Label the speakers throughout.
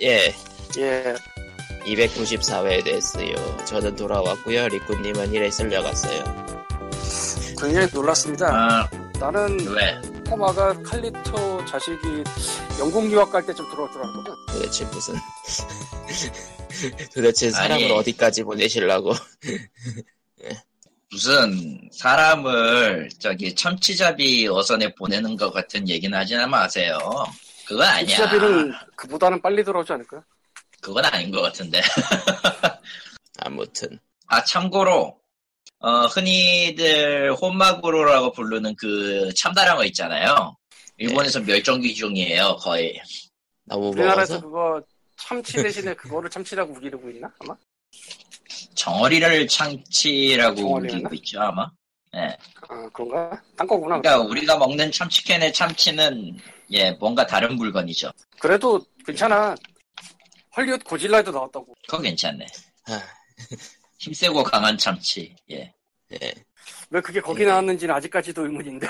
Speaker 1: 예,
Speaker 2: 예.
Speaker 1: 294회 됐어요. 저는 돌아왔고요. 리꾸님은 일에 쓸려갔어요.
Speaker 2: 굉장히 놀랐습니다.
Speaker 3: 아,
Speaker 2: 나는
Speaker 3: 왜?
Speaker 2: 타마가 칼리토 자식이 영국 유학 갈 때쯤 들어올 줄 알았거든.
Speaker 1: 도대체 무슨 도대체 사람을
Speaker 3: 아니.
Speaker 1: 어디까지 보내시려고?
Speaker 3: 무슨 사람을 저기 참치잡이 어선에 보내는 것 같은 얘기는 하지나 마세요. 그건 아니야.
Speaker 2: 이사비는 그보다는 빨리 들어오지 않을까요?
Speaker 3: 그건 아닌 것 같은데.
Speaker 1: 아무튼
Speaker 3: 아 참고로 어, 흔히들 혼마구로라고 부르는 그 참다랑어 있잖아요. 일본에서
Speaker 2: 네.
Speaker 3: 멸종위종이에요 거의.
Speaker 1: 너무
Speaker 2: 우리나라에서
Speaker 1: 먹어서
Speaker 2: 그거 참치 대신에 그거를 참치라고 우기르고 있나? 아마?
Speaker 3: 정어리를 참치라고
Speaker 2: 정어리였나?
Speaker 3: 불리고 있죠 아마. 예.
Speaker 2: 아, 그런가? 딴 거구나.
Speaker 3: 그러니까 우리가 먹는 참치캔의 참치는 예 뭔가 다른 물건이죠.
Speaker 2: 그래도 괜찮아. 헐리우드 고질라에도 나왔다고.
Speaker 3: 그거 괜찮네.
Speaker 1: 아.
Speaker 3: 힘세고 강한 참치. 예.
Speaker 1: 예.
Speaker 2: 왜 그게 거기 나왔는지는 아직까지도 의문인데.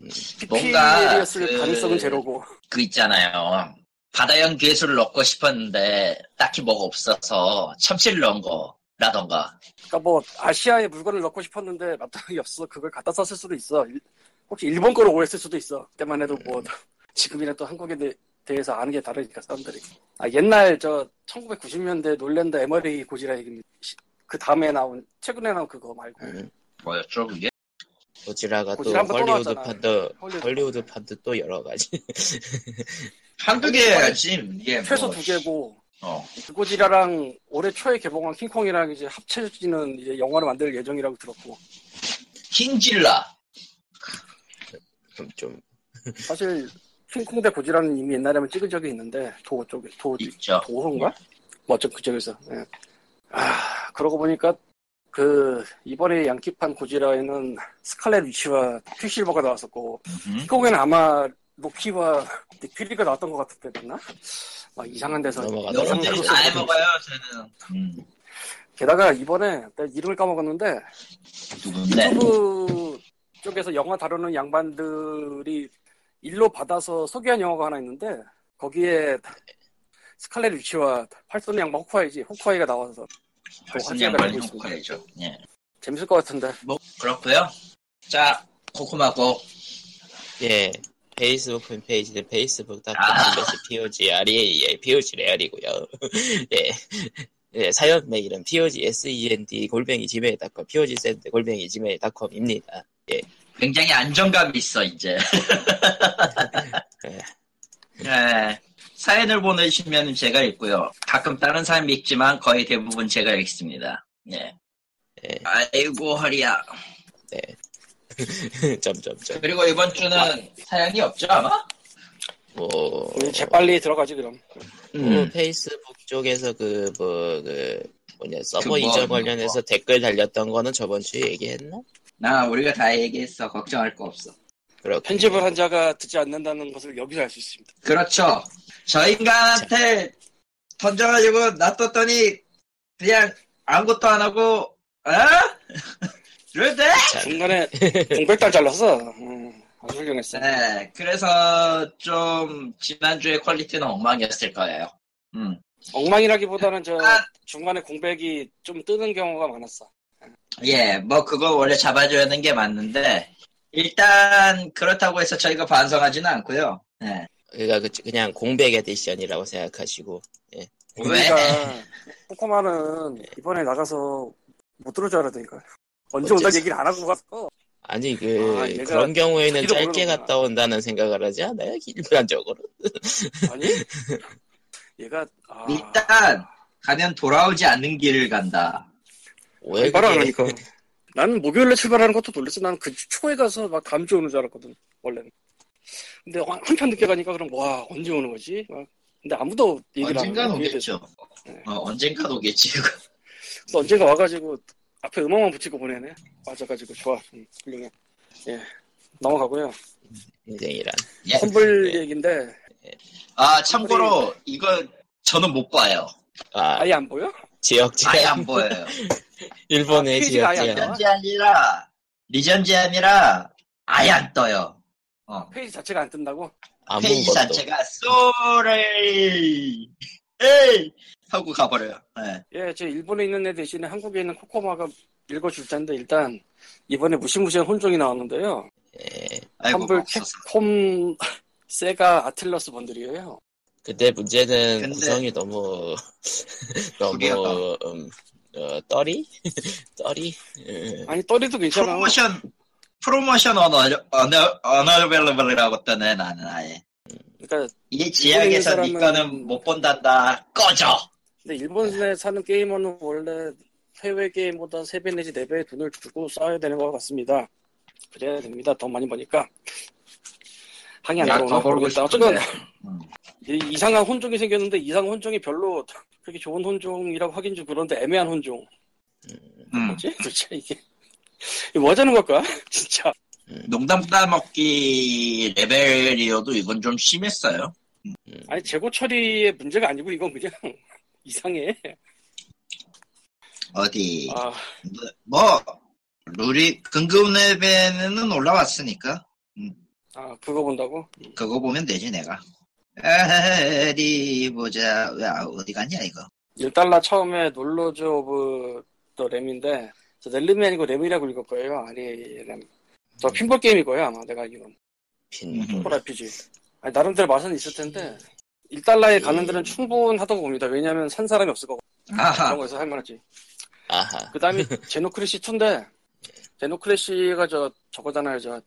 Speaker 1: 음.
Speaker 3: 음. 뭔가
Speaker 2: PPL이었을
Speaker 3: 그-
Speaker 2: 가능성은 제로고.
Speaker 3: 그 있잖아요. 바다형 괴수를 넣고 싶었는데 딱히 뭐가 없어서 참치를 넣은 거라던가
Speaker 2: 그러니까 뭐 아시아에 물건을 넣고 싶었는데 마땅히 없어 그걸 갖다 썼을 수도 있어 일- 혹시 일본 거로 오해했을 수도 있어 그때만 해도 뭐 지금이나 또 한국에 대, 대해서 아는 게 다르니까 사람들이 아 옛날 저 1990년대 놀랜드 에머리 고지라 얘기입니다 시- 그 다음에 나온 최근에 나온 그거 말고
Speaker 1: 음.
Speaker 3: 뭐였죠 그게?
Speaker 1: 고지라가 또
Speaker 2: 고지라 한번
Speaker 1: 헐리우드
Speaker 2: 떠나왔잖아.
Speaker 1: 판도
Speaker 2: 헐리우드
Speaker 1: 헐리우드 판도 또 여러 가지.
Speaker 3: 한두 개지 이게
Speaker 2: 최소
Speaker 3: 뭐,
Speaker 2: 두 개고
Speaker 3: 어.
Speaker 2: 그 고지라랑 올해 초에 개봉한 킹콩이랑 이제 합쳐지는 이제 영화를 만들 예정이라고 들었고
Speaker 3: 킹질라
Speaker 1: 좀, 좀
Speaker 2: 사실 킹콩 대 고지라는 이미 옛날에 한번 찍은 적이 있는데 도호 쪽에 도호
Speaker 3: 있죠.
Speaker 2: 도호인가? 뭐 어쨌든 그쪽에서. 예. 아 그러고 보니까 그 이번에 양키판 고지라에는 스칼렛 위치와 퀵실버가 나왔었고
Speaker 3: 음.
Speaker 2: 킹콩에는 아마 로키와 닉퓨리가 나왔던 것 같은데 맞나? 막 이상한 데서
Speaker 1: 넘어가다.
Speaker 2: 이상한
Speaker 3: 여러분들이
Speaker 2: 데서
Speaker 3: 다
Speaker 2: 좀-
Speaker 3: 해먹어요 저는 음,
Speaker 2: 게다가 이번에 내가 이름을 까먹었는데
Speaker 3: 누군데?
Speaker 2: 네. 유튜브 쪽에서 영화 다루는 양반들이 일로 받아서 소개한 영화가 하나 있는데 거기에 스칼렛 위치와 팔쏘는 양반 호쿠아이지 호쿠아이가 나와서
Speaker 3: 벌써
Speaker 2: 화제가
Speaker 3: 양말
Speaker 2: 되고
Speaker 3: 놓고 가야죠 예.
Speaker 2: 재밌을 것 같은데
Speaker 3: 뭐 그렇고요 자 코코마고
Speaker 1: 예. 페이스북 팬페이지는 페이스북닷컴
Speaker 3: 아.
Speaker 1: POGREAL, POGREAL이고요. 예. 예, 사연 메일은 POGSEND E 골뱅이 지메일닷컴, POGSEND 골뱅이 지메일닷컴입니다.
Speaker 3: 굉장히 안정감이 있어 이제.
Speaker 1: 네.
Speaker 3: 네. 사연을 보내시면 제가 읽고요. 가끔 다른 사람이 읽지만 거의 대부분 제가 읽습니다. 네.
Speaker 1: 네.
Speaker 3: 아이고 허리야.
Speaker 1: 점점점.
Speaker 3: 그리고 이번 주는 사연이 없죠 아마?
Speaker 1: 뭐,
Speaker 2: 우리 음. 재빨리 들어가지 그럼
Speaker 3: 음.
Speaker 1: 뭐 페이스북 쪽에서 그, 뭐, 그, 뭐냐, 서버
Speaker 3: 그 뭐,
Speaker 1: 이전
Speaker 3: 뭐.
Speaker 1: 관련해서 댓글 달렸던 거는 저번 주에 얘기했나?
Speaker 3: 나 우리가 다 얘기했어. 걱정할 거 없어.
Speaker 1: 그렇군.
Speaker 2: 편집을 한 자가 듣지 않는다는 것을 여기서 알 수 있습니다
Speaker 3: 그렇죠. 저 인간한테 던져가지고 놔뒀더니 그냥 아무것도 안 하고 어? 그럴 때?
Speaker 2: 중간에 공백단 잘라서 음, 아주 훌륭했어
Speaker 3: 네, 그래서 좀 지난주의 퀄리티는 엉망이었을 거예요. 음.
Speaker 2: 엉망이라기보다는 저
Speaker 3: 아.
Speaker 2: 중간에 공백이 좀 뜨는 경우가 많았어
Speaker 3: 예, 뭐 그거 원래 잡아줘야 하는 게 맞는데 일단 그렇다고 해서 저희가 반성하지는 않고요. 네.
Speaker 1: 그러니까 그- 그냥 공백 에디션이라고 생각하시고.
Speaker 3: 왜?
Speaker 2: 우리가 코코마는 그러니까 이번에 나가서 못 들을 줄 알았다니까 언제 온다
Speaker 1: 어째서-
Speaker 2: 얘기를 안 하고 갔어
Speaker 1: 아니 그
Speaker 2: 아, 얘가
Speaker 1: 그런 경우에는
Speaker 2: 자기도
Speaker 1: 짧게
Speaker 2: 모르는구나.
Speaker 1: 갔다 온다는 생각을 하지 않아요? 일반적으로
Speaker 2: 아니 얘가 아,
Speaker 3: 일단 가면 돌아오지 않는 길을 간다.
Speaker 1: 왜
Speaker 2: 말을 안
Speaker 1: 그렇게-
Speaker 3: 그러니까.
Speaker 2: 하니까 나는 목요일에 출발하는 것도 놀랬어 나는 그 초에 가서 막 다음 주에 오는 줄 알았거든 원래는 근데 한- 한참 늦게 가니까 그럼 와 언제 오는 거지? 막. 근데 아무도 얘기를 안
Speaker 3: 언젠간
Speaker 2: 해.
Speaker 3: 오겠죠. 어, 언젠간 오겠지. 이거.
Speaker 2: 그래서 언젠가 와가지고 앞에 음악만 붙이고 보내네 맞아가지고 좋아 음, 훌륭해 예 넘어가고요
Speaker 1: 인생이란
Speaker 3: 예.
Speaker 2: 콤블
Speaker 1: 네.
Speaker 2: 얘기인데
Speaker 3: 아 참고로 이거 저는 못 봐요.
Speaker 1: 아
Speaker 2: 아예 안 보여?
Speaker 1: 지역
Speaker 3: 아예
Speaker 1: 제한
Speaker 3: 안 보여요.
Speaker 1: 일본의
Speaker 2: 아, 퀴즈가
Speaker 1: 지역
Speaker 2: 아예 안
Speaker 1: 제한
Speaker 2: 나와?
Speaker 3: 리전지 아니라 리전지 아니라 아예 안 떠요. 어.
Speaker 2: 페이지 자체가 안 뜬다고?
Speaker 1: 아무
Speaker 3: 페이지
Speaker 1: 것도
Speaker 3: 자체가 소를 에이 하고 가버려요. 네.
Speaker 2: 예, 제 일본에 있는 애 대신에 한국에 있는 코코마가 읽어줄 텐데 일단 이번에 무시무시한 혼종이 나왔는데요.
Speaker 1: 예.
Speaker 3: 아이고 뭐
Speaker 2: 환불
Speaker 3: 없었어.
Speaker 2: 캡콤 세가 아틀러스 번들이에요.
Speaker 1: 근데 문제는
Speaker 3: 근데-
Speaker 1: 구성이 너무
Speaker 3: 그게
Speaker 1: 너무
Speaker 3: 약간-
Speaker 1: 음, 어, 떨이 떨이 음,
Speaker 2: 아니 떠리도 괜찮아.
Speaker 3: 프로모션 프로모션 어너어너어너벨러블이라고 뜨네 나는 아예.
Speaker 2: 그러니까
Speaker 3: 이 지역에서 니
Speaker 2: 사람은-
Speaker 3: 거는 못 본단다. 꺼져.
Speaker 2: 근데 일본에 사는 게이머는 원래 해외 게임보다 3배 내지 4배의 돈을 주고 싸워야 되는 것 같습니다. 그래야 됩니다. 더 많이 버니까. 항의 안
Speaker 3: 야,
Speaker 2: 들어오나
Speaker 3: 더 벌고
Speaker 2: 모르겠다. 어쨌건
Speaker 3: 싶은데. 음.
Speaker 2: 이- 이상한 혼종이 생겼는데 이상 혼종이 별로 그렇게 좋은 혼종이라고 하긴 좀 그런데 애매한 혼종.
Speaker 3: 음.
Speaker 2: 뭐지? 도대체 이게. 이거 뭐 하자는 걸까? 진짜.
Speaker 3: 농담 따먹기 레벨이어도 이건 좀 심했어요.
Speaker 1: 음,
Speaker 2: 아니, 재고 처리의 문제가 아니고 이건 그냥 이상해.
Speaker 3: 어디
Speaker 2: 아,
Speaker 3: 뭐 룰이 근금 레벨에는 올라왔으니까
Speaker 2: 아, 그거 본다고?
Speaker 3: 그거 보면 되지 내가. 어디 보자 왜 아, 어디 갔냐 이거
Speaker 2: 1달러 처음에 놀러즈 오브 더 램인데 저 렐름이 아니고 램이라고 읽을 거예요 아리램 저 핀볼 게임일 거예요 아마 내가 알기론
Speaker 1: 빈
Speaker 3: 음.
Speaker 2: 폴 RPG 아니, 나름대로 맛은 있을 텐데 1달러에 가는 데는
Speaker 1: 음.
Speaker 2: 충분하다고 봅니다 왜냐면 산 사람이 없을 거고
Speaker 3: 아하
Speaker 2: 그런 거에서 할 만하지
Speaker 1: 아하
Speaker 2: 그 다음에 제노크래시 2인데 제노크래시가 저 저거잖아요 저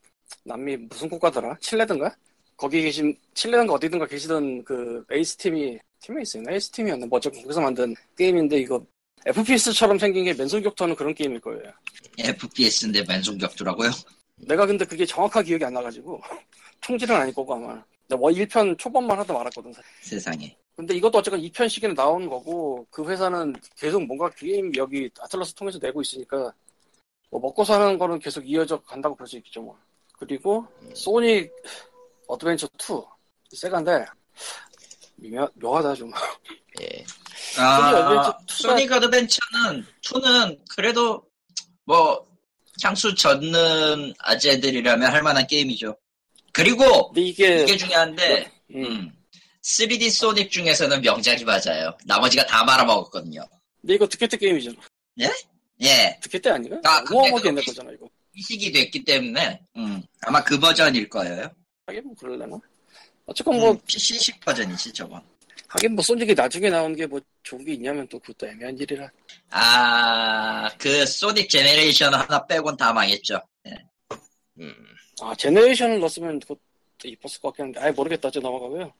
Speaker 2: 남미 무슨 국가더라 칠레든가 거기 계신 칠레든가 어디든가 계시던 그 에이스 팀이 팀에 있었나 에이스 팀이었나 뭐 어쨌든 거기서 만든 게임인데 이거 FPS처럼 생긴 게 맨손 격투하는 그런 게임일 거예요.
Speaker 3: FPS인데 맨손 격투라고요?
Speaker 2: 내가 근데 그게 정확한 기억이 안 나가지고 총질은 아닐 거고 아마. 근데 뭐 1편 초반만 하다 말았거든. 사실.
Speaker 3: 세상에
Speaker 2: 근데 이것도 어쨌건 2편씩이나 나온 거고 그 회사는 계속 뭔가 게임 여기 아틀러스 통해서 내고 있으니까 뭐 먹고 사는 거는 계속 이어져 간다고 볼 수 있겠죠 뭐. 그리고 소니 어드벤처 2 세간데 묘, 묘하다 좀.
Speaker 1: 예
Speaker 3: 아,
Speaker 2: 소니
Speaker 3: 소닉 어드벤처는 2는 그래도 뭐 향수 젓는 아재들이라면 할 만한 게임이죠. 그리고
Speaker 2: 근데 이게
Speaker 3: 이게 중요한데
Speaker 2: 음.
Speaker 3: 음. 3D 소닉 중에서는 명작이 맞아요. 나머지가 다 말아먹었거든요.
Speaker 2: 근데 이거 듣겠대 게임이잖아.
Speaker 3: 예,
Speaker 2: 듣겠대 아닌가? 아,
Speaker 3: 아, 근데
Speaker 2: 모험하게
Speaker 3: 그거
Speaker 2: 옛날
Speaker 3: 비-
Speaker 2: 거잖아 이거.
Speaker 3: 이식이 됐기 때문에 음, 아마 그 버전일 거예요.
Speaker 2: 하긴 뭐 그럴려나? 어쨌건 뭐
Speaker 3: 음, PC식 버전이지 저건.
Speaker 2: 하긴 뭐 소닉이 나중에 나온 게 뭐 좋은 게 있냐면 또 그것도 애매한 일이라.
Speaker 3: 아, 그 소닉 제네레이션 하나 빼곤 다 망했죠.
Speaker 1: 음.
Speaker 2: 아 제네레이션을 넣었으면 그것도 이뻤을 것 같긴 한데 아예 모르겠다 이제 넘어가고요.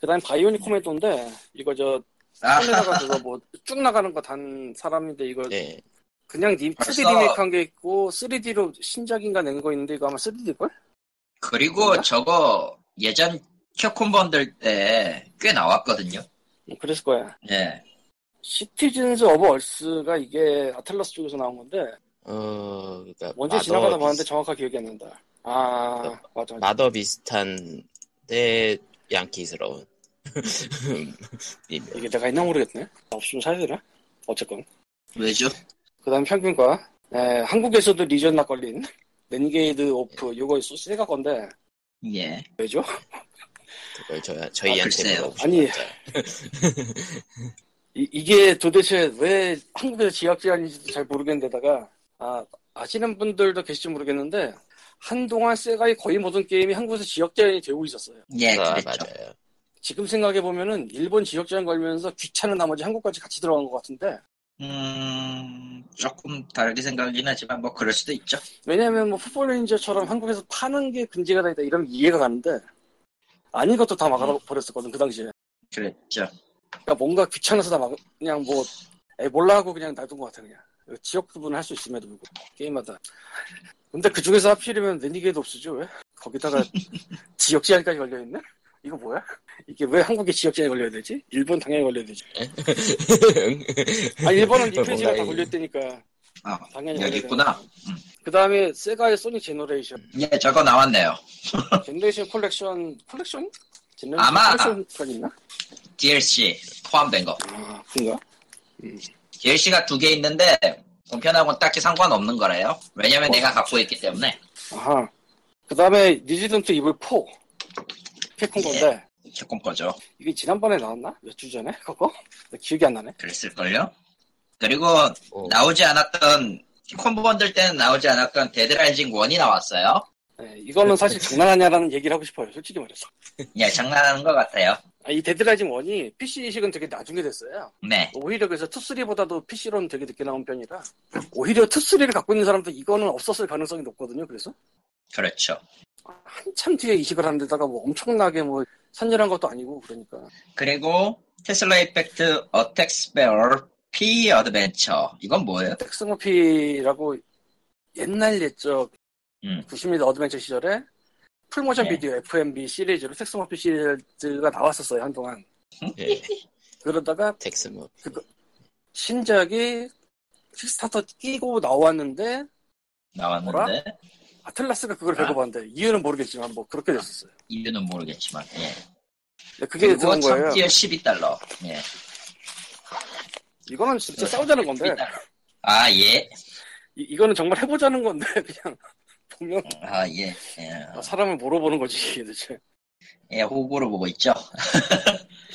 Speaker 2: 그다음 바이오닉 코멘토인데 이거 저
Speaker 3: 아,
Speaker 2: 플레이가 그거 뭐 쭉 나가는 거 단 사람인데 이거
Speaker 1: 예
Speaker 2: 그냥 님 2D
Speaker 3: 벌써-
Speaker 2: 리메이크한 게 있고 3D로 신작인가 낸 거 있는데 이거 아마 3D 걸?
Speaker 3: 그리고 저거 예전 캡콤 번들 때 꽤 나왔거든요.
Speaker 2: 뭐 그랬을 거야.
Speaker 3: 예.
Speaker 2: 시티즌스 오브 얼스가 이게 아틀라스 쪽에서 나온 건데
Speaker 1: 어 그러니까
Speaker 2: 언제
Speaker 3: 아,
Speaker 1: 마더
Speaker 2: 지나가다 봤는데
Speaker 1: 비슷-
Speaker 2: 정확하게 기억이 안 난다. 아 맞아. 맞아.
Speaker 1: 마더 비슷한데 양키스러운 음, 미묘.
Speaker 2: 이게 내가 있나 모르겠네. 없으면 사야 되나? 어쨌건.
Speaker 3: 왜죠?
Speaker 2: 그다음 평균과 에, 한국에서도 리전 막걸린 렌게이드 오프 이거 소스가 건데
Speaker 3: 예.
Speaker 2: 왜죠?
Speaker 1: 그걸 저,
Speaker 3: 아,
Speaker 1: 저희한테
Speaker 3: 글쎄요.
Speaker 1: 물어보고
Speaker 2: 아니. 네,
Speaker 1: 싶었죠.
Speaker 2: 이, 게 도대체 왜 한국에서 지역 제한인지도 잘 모르겠는데다가 아, 아시는 분들도 계실지 모르겠는데 한동안 세가의 거의 모든 게임이 한국에서 지역 제한이 되고 있었어요.
Speaker 3: 예,
Speaker 1: 아,
Speaker 3: 그랬죠.
Speaker 1: 맞아요
Speaker 2: 지금 생각해 보면은 일본 지역 제한 걸면서 귀찮은 나머지 한국까지 같이 들어간 것 같은데
Speaker 3: 음, 조금 다르게 생각이긴 하지만 뭐 그럴 수도 있죠.
Speaker 2: 왜냐하면 뭐 풋볼 레인저처럼 한국에서 파는 게 금지가 다 있다 이러면 이해가 가는데 아닌 것도 다 막아버렸었거든 그 당시에.
Speaker 3: 그랬죠.
Speaker 2: 그러니까 뭔가 귀찮아서 다 막, 그냥 뭐, 에, 몰라 하고 그냥 놔둔 것 같아, 그냥. 지역 구분을 할 수 있음에도 불구하고, 게임마다. 근데 그 중에서 하필이면 레니게이드 없으죠, 왜? 거기다가 지역 제한까지 걸려있네? 이거 뭐야? 이게 왜 한국에 지역 제한이 걸려야 되지? 일본 당연히 걸려야 되지. 아, 일본은 이
Speaker 1: 뭔가
Speaker 2: 페이지가 다
Speaker 1: 이-
Speaker 2: 걸려있다니까,
Speaker 3: 아,
Speaker 1: 네,
Speaker 2: 당연히.
Speaker 3: 여기
Speaker 2: 걸려야
Speaker 3: 있구나.
Speaker 2: 그 다음에 세가의 소닉 제너레이션.
Speaker 3: 예, 저거 나왔네요.
Speaker 2: 제너레이션 콜렉션, 콜렉션? 제너레이션
Speaker 3: 아마-
Speaker 2: 콜렉션 있나?
Speaker 3: DLC 포함된 거.
Speaker 2: 아, 그런가?
Speaker 3: DLC가 두 개 있는데 본편하고는 딱히 상관없는 거래요.
Speaker 1: 어,
Speaker 3: 왜냐면 내가 갖고 있기 때문에.
Speaker 2: 아하. 그 다음에 리지던트 이블 4. 캡콤 건데,
Speaker 3: 조금 거죠.
Speaker 2: 이게 지난번에 나왔나? 몇 주 전에? 그거? 나 기억이 안 나네.
Speaker 3: 그랬을걸요? 그리고
Speaker 1: 어.
Speaker 3: 나오지 않았던 콤보 만들 때는 나오지 않았던 데드라이징 1이 나왔어요.
Speaker 2: 네, 이거는 사실 장난하냐라는 얘기를 하고 싶어요. 솔직히 말해서.
Speaker 3: 예, 장난하는 것 같아요.
Speaker 2: 아, 이 데드라이징 1이 PC 이식은 되게 나중에 됐어요.
Speaker 3: 네.
Speaker 2: 오히려 그래서 2, 3보다도 PC로는 되게 늦게 나온 편이라 오히려 2, 3를 갖고 있는 사람도 이거는 없었을 가능성이 높거든요. 그래서
Speaker 3: 그렇죠.
Speaker 2: 한참 뒤에 이식을 하는데다가 뭐 엄청나게 뭐 선전한 것도 아니고 그러니까
Speaker 3: 그리고 테슬라 이펙트 어택 스페어 P 어드벤처. 이건 뭐예요?
Speaker 2: 텍스모피라고 옛날 옛적
Speaker 3: 음.
Speaker 2: 90년대 어드벤처 시절에 풀모션
Speaker 3: 네.
Speaker 2: 비디오 FMV 시리즈로 텍스모피 시리즈가 나왔었어요 한동안
Speaker 1: 예,
Speaker 2: 그러다가
Speaker 1: 텍스 뭐
Speaker 2: 신작이 킥스타터 끼고 나왔는데
Speaker 3: 나왔는데
Speaker 2: 아틀라스가 그걸
Speaker 3: 아.
Speaker 2: 배급한데 이유는 모르겠지만 뭐 그렇게 됐었어요
Speaker 3: 이유는 모르겠지만. 예.
Speaker 2: 근데 그게
Speaker 3: 그리고
Speaker 2: 그런 거예요
Speaker 3: 3티어 12달러. 예.
Speaker 2: 이거는 진짜 싸우자는 건데
Speaker 3: 12달러. 아 예.
Speaker 2: 이, 이거는 정말 해보자는 건데 그냥 보면
Speaker 3: 아 예. 예.
Speaker 2: 사람을 물어보는 거지 이게 도대체
Speaker 3: 예, 호구로 보고 있죠.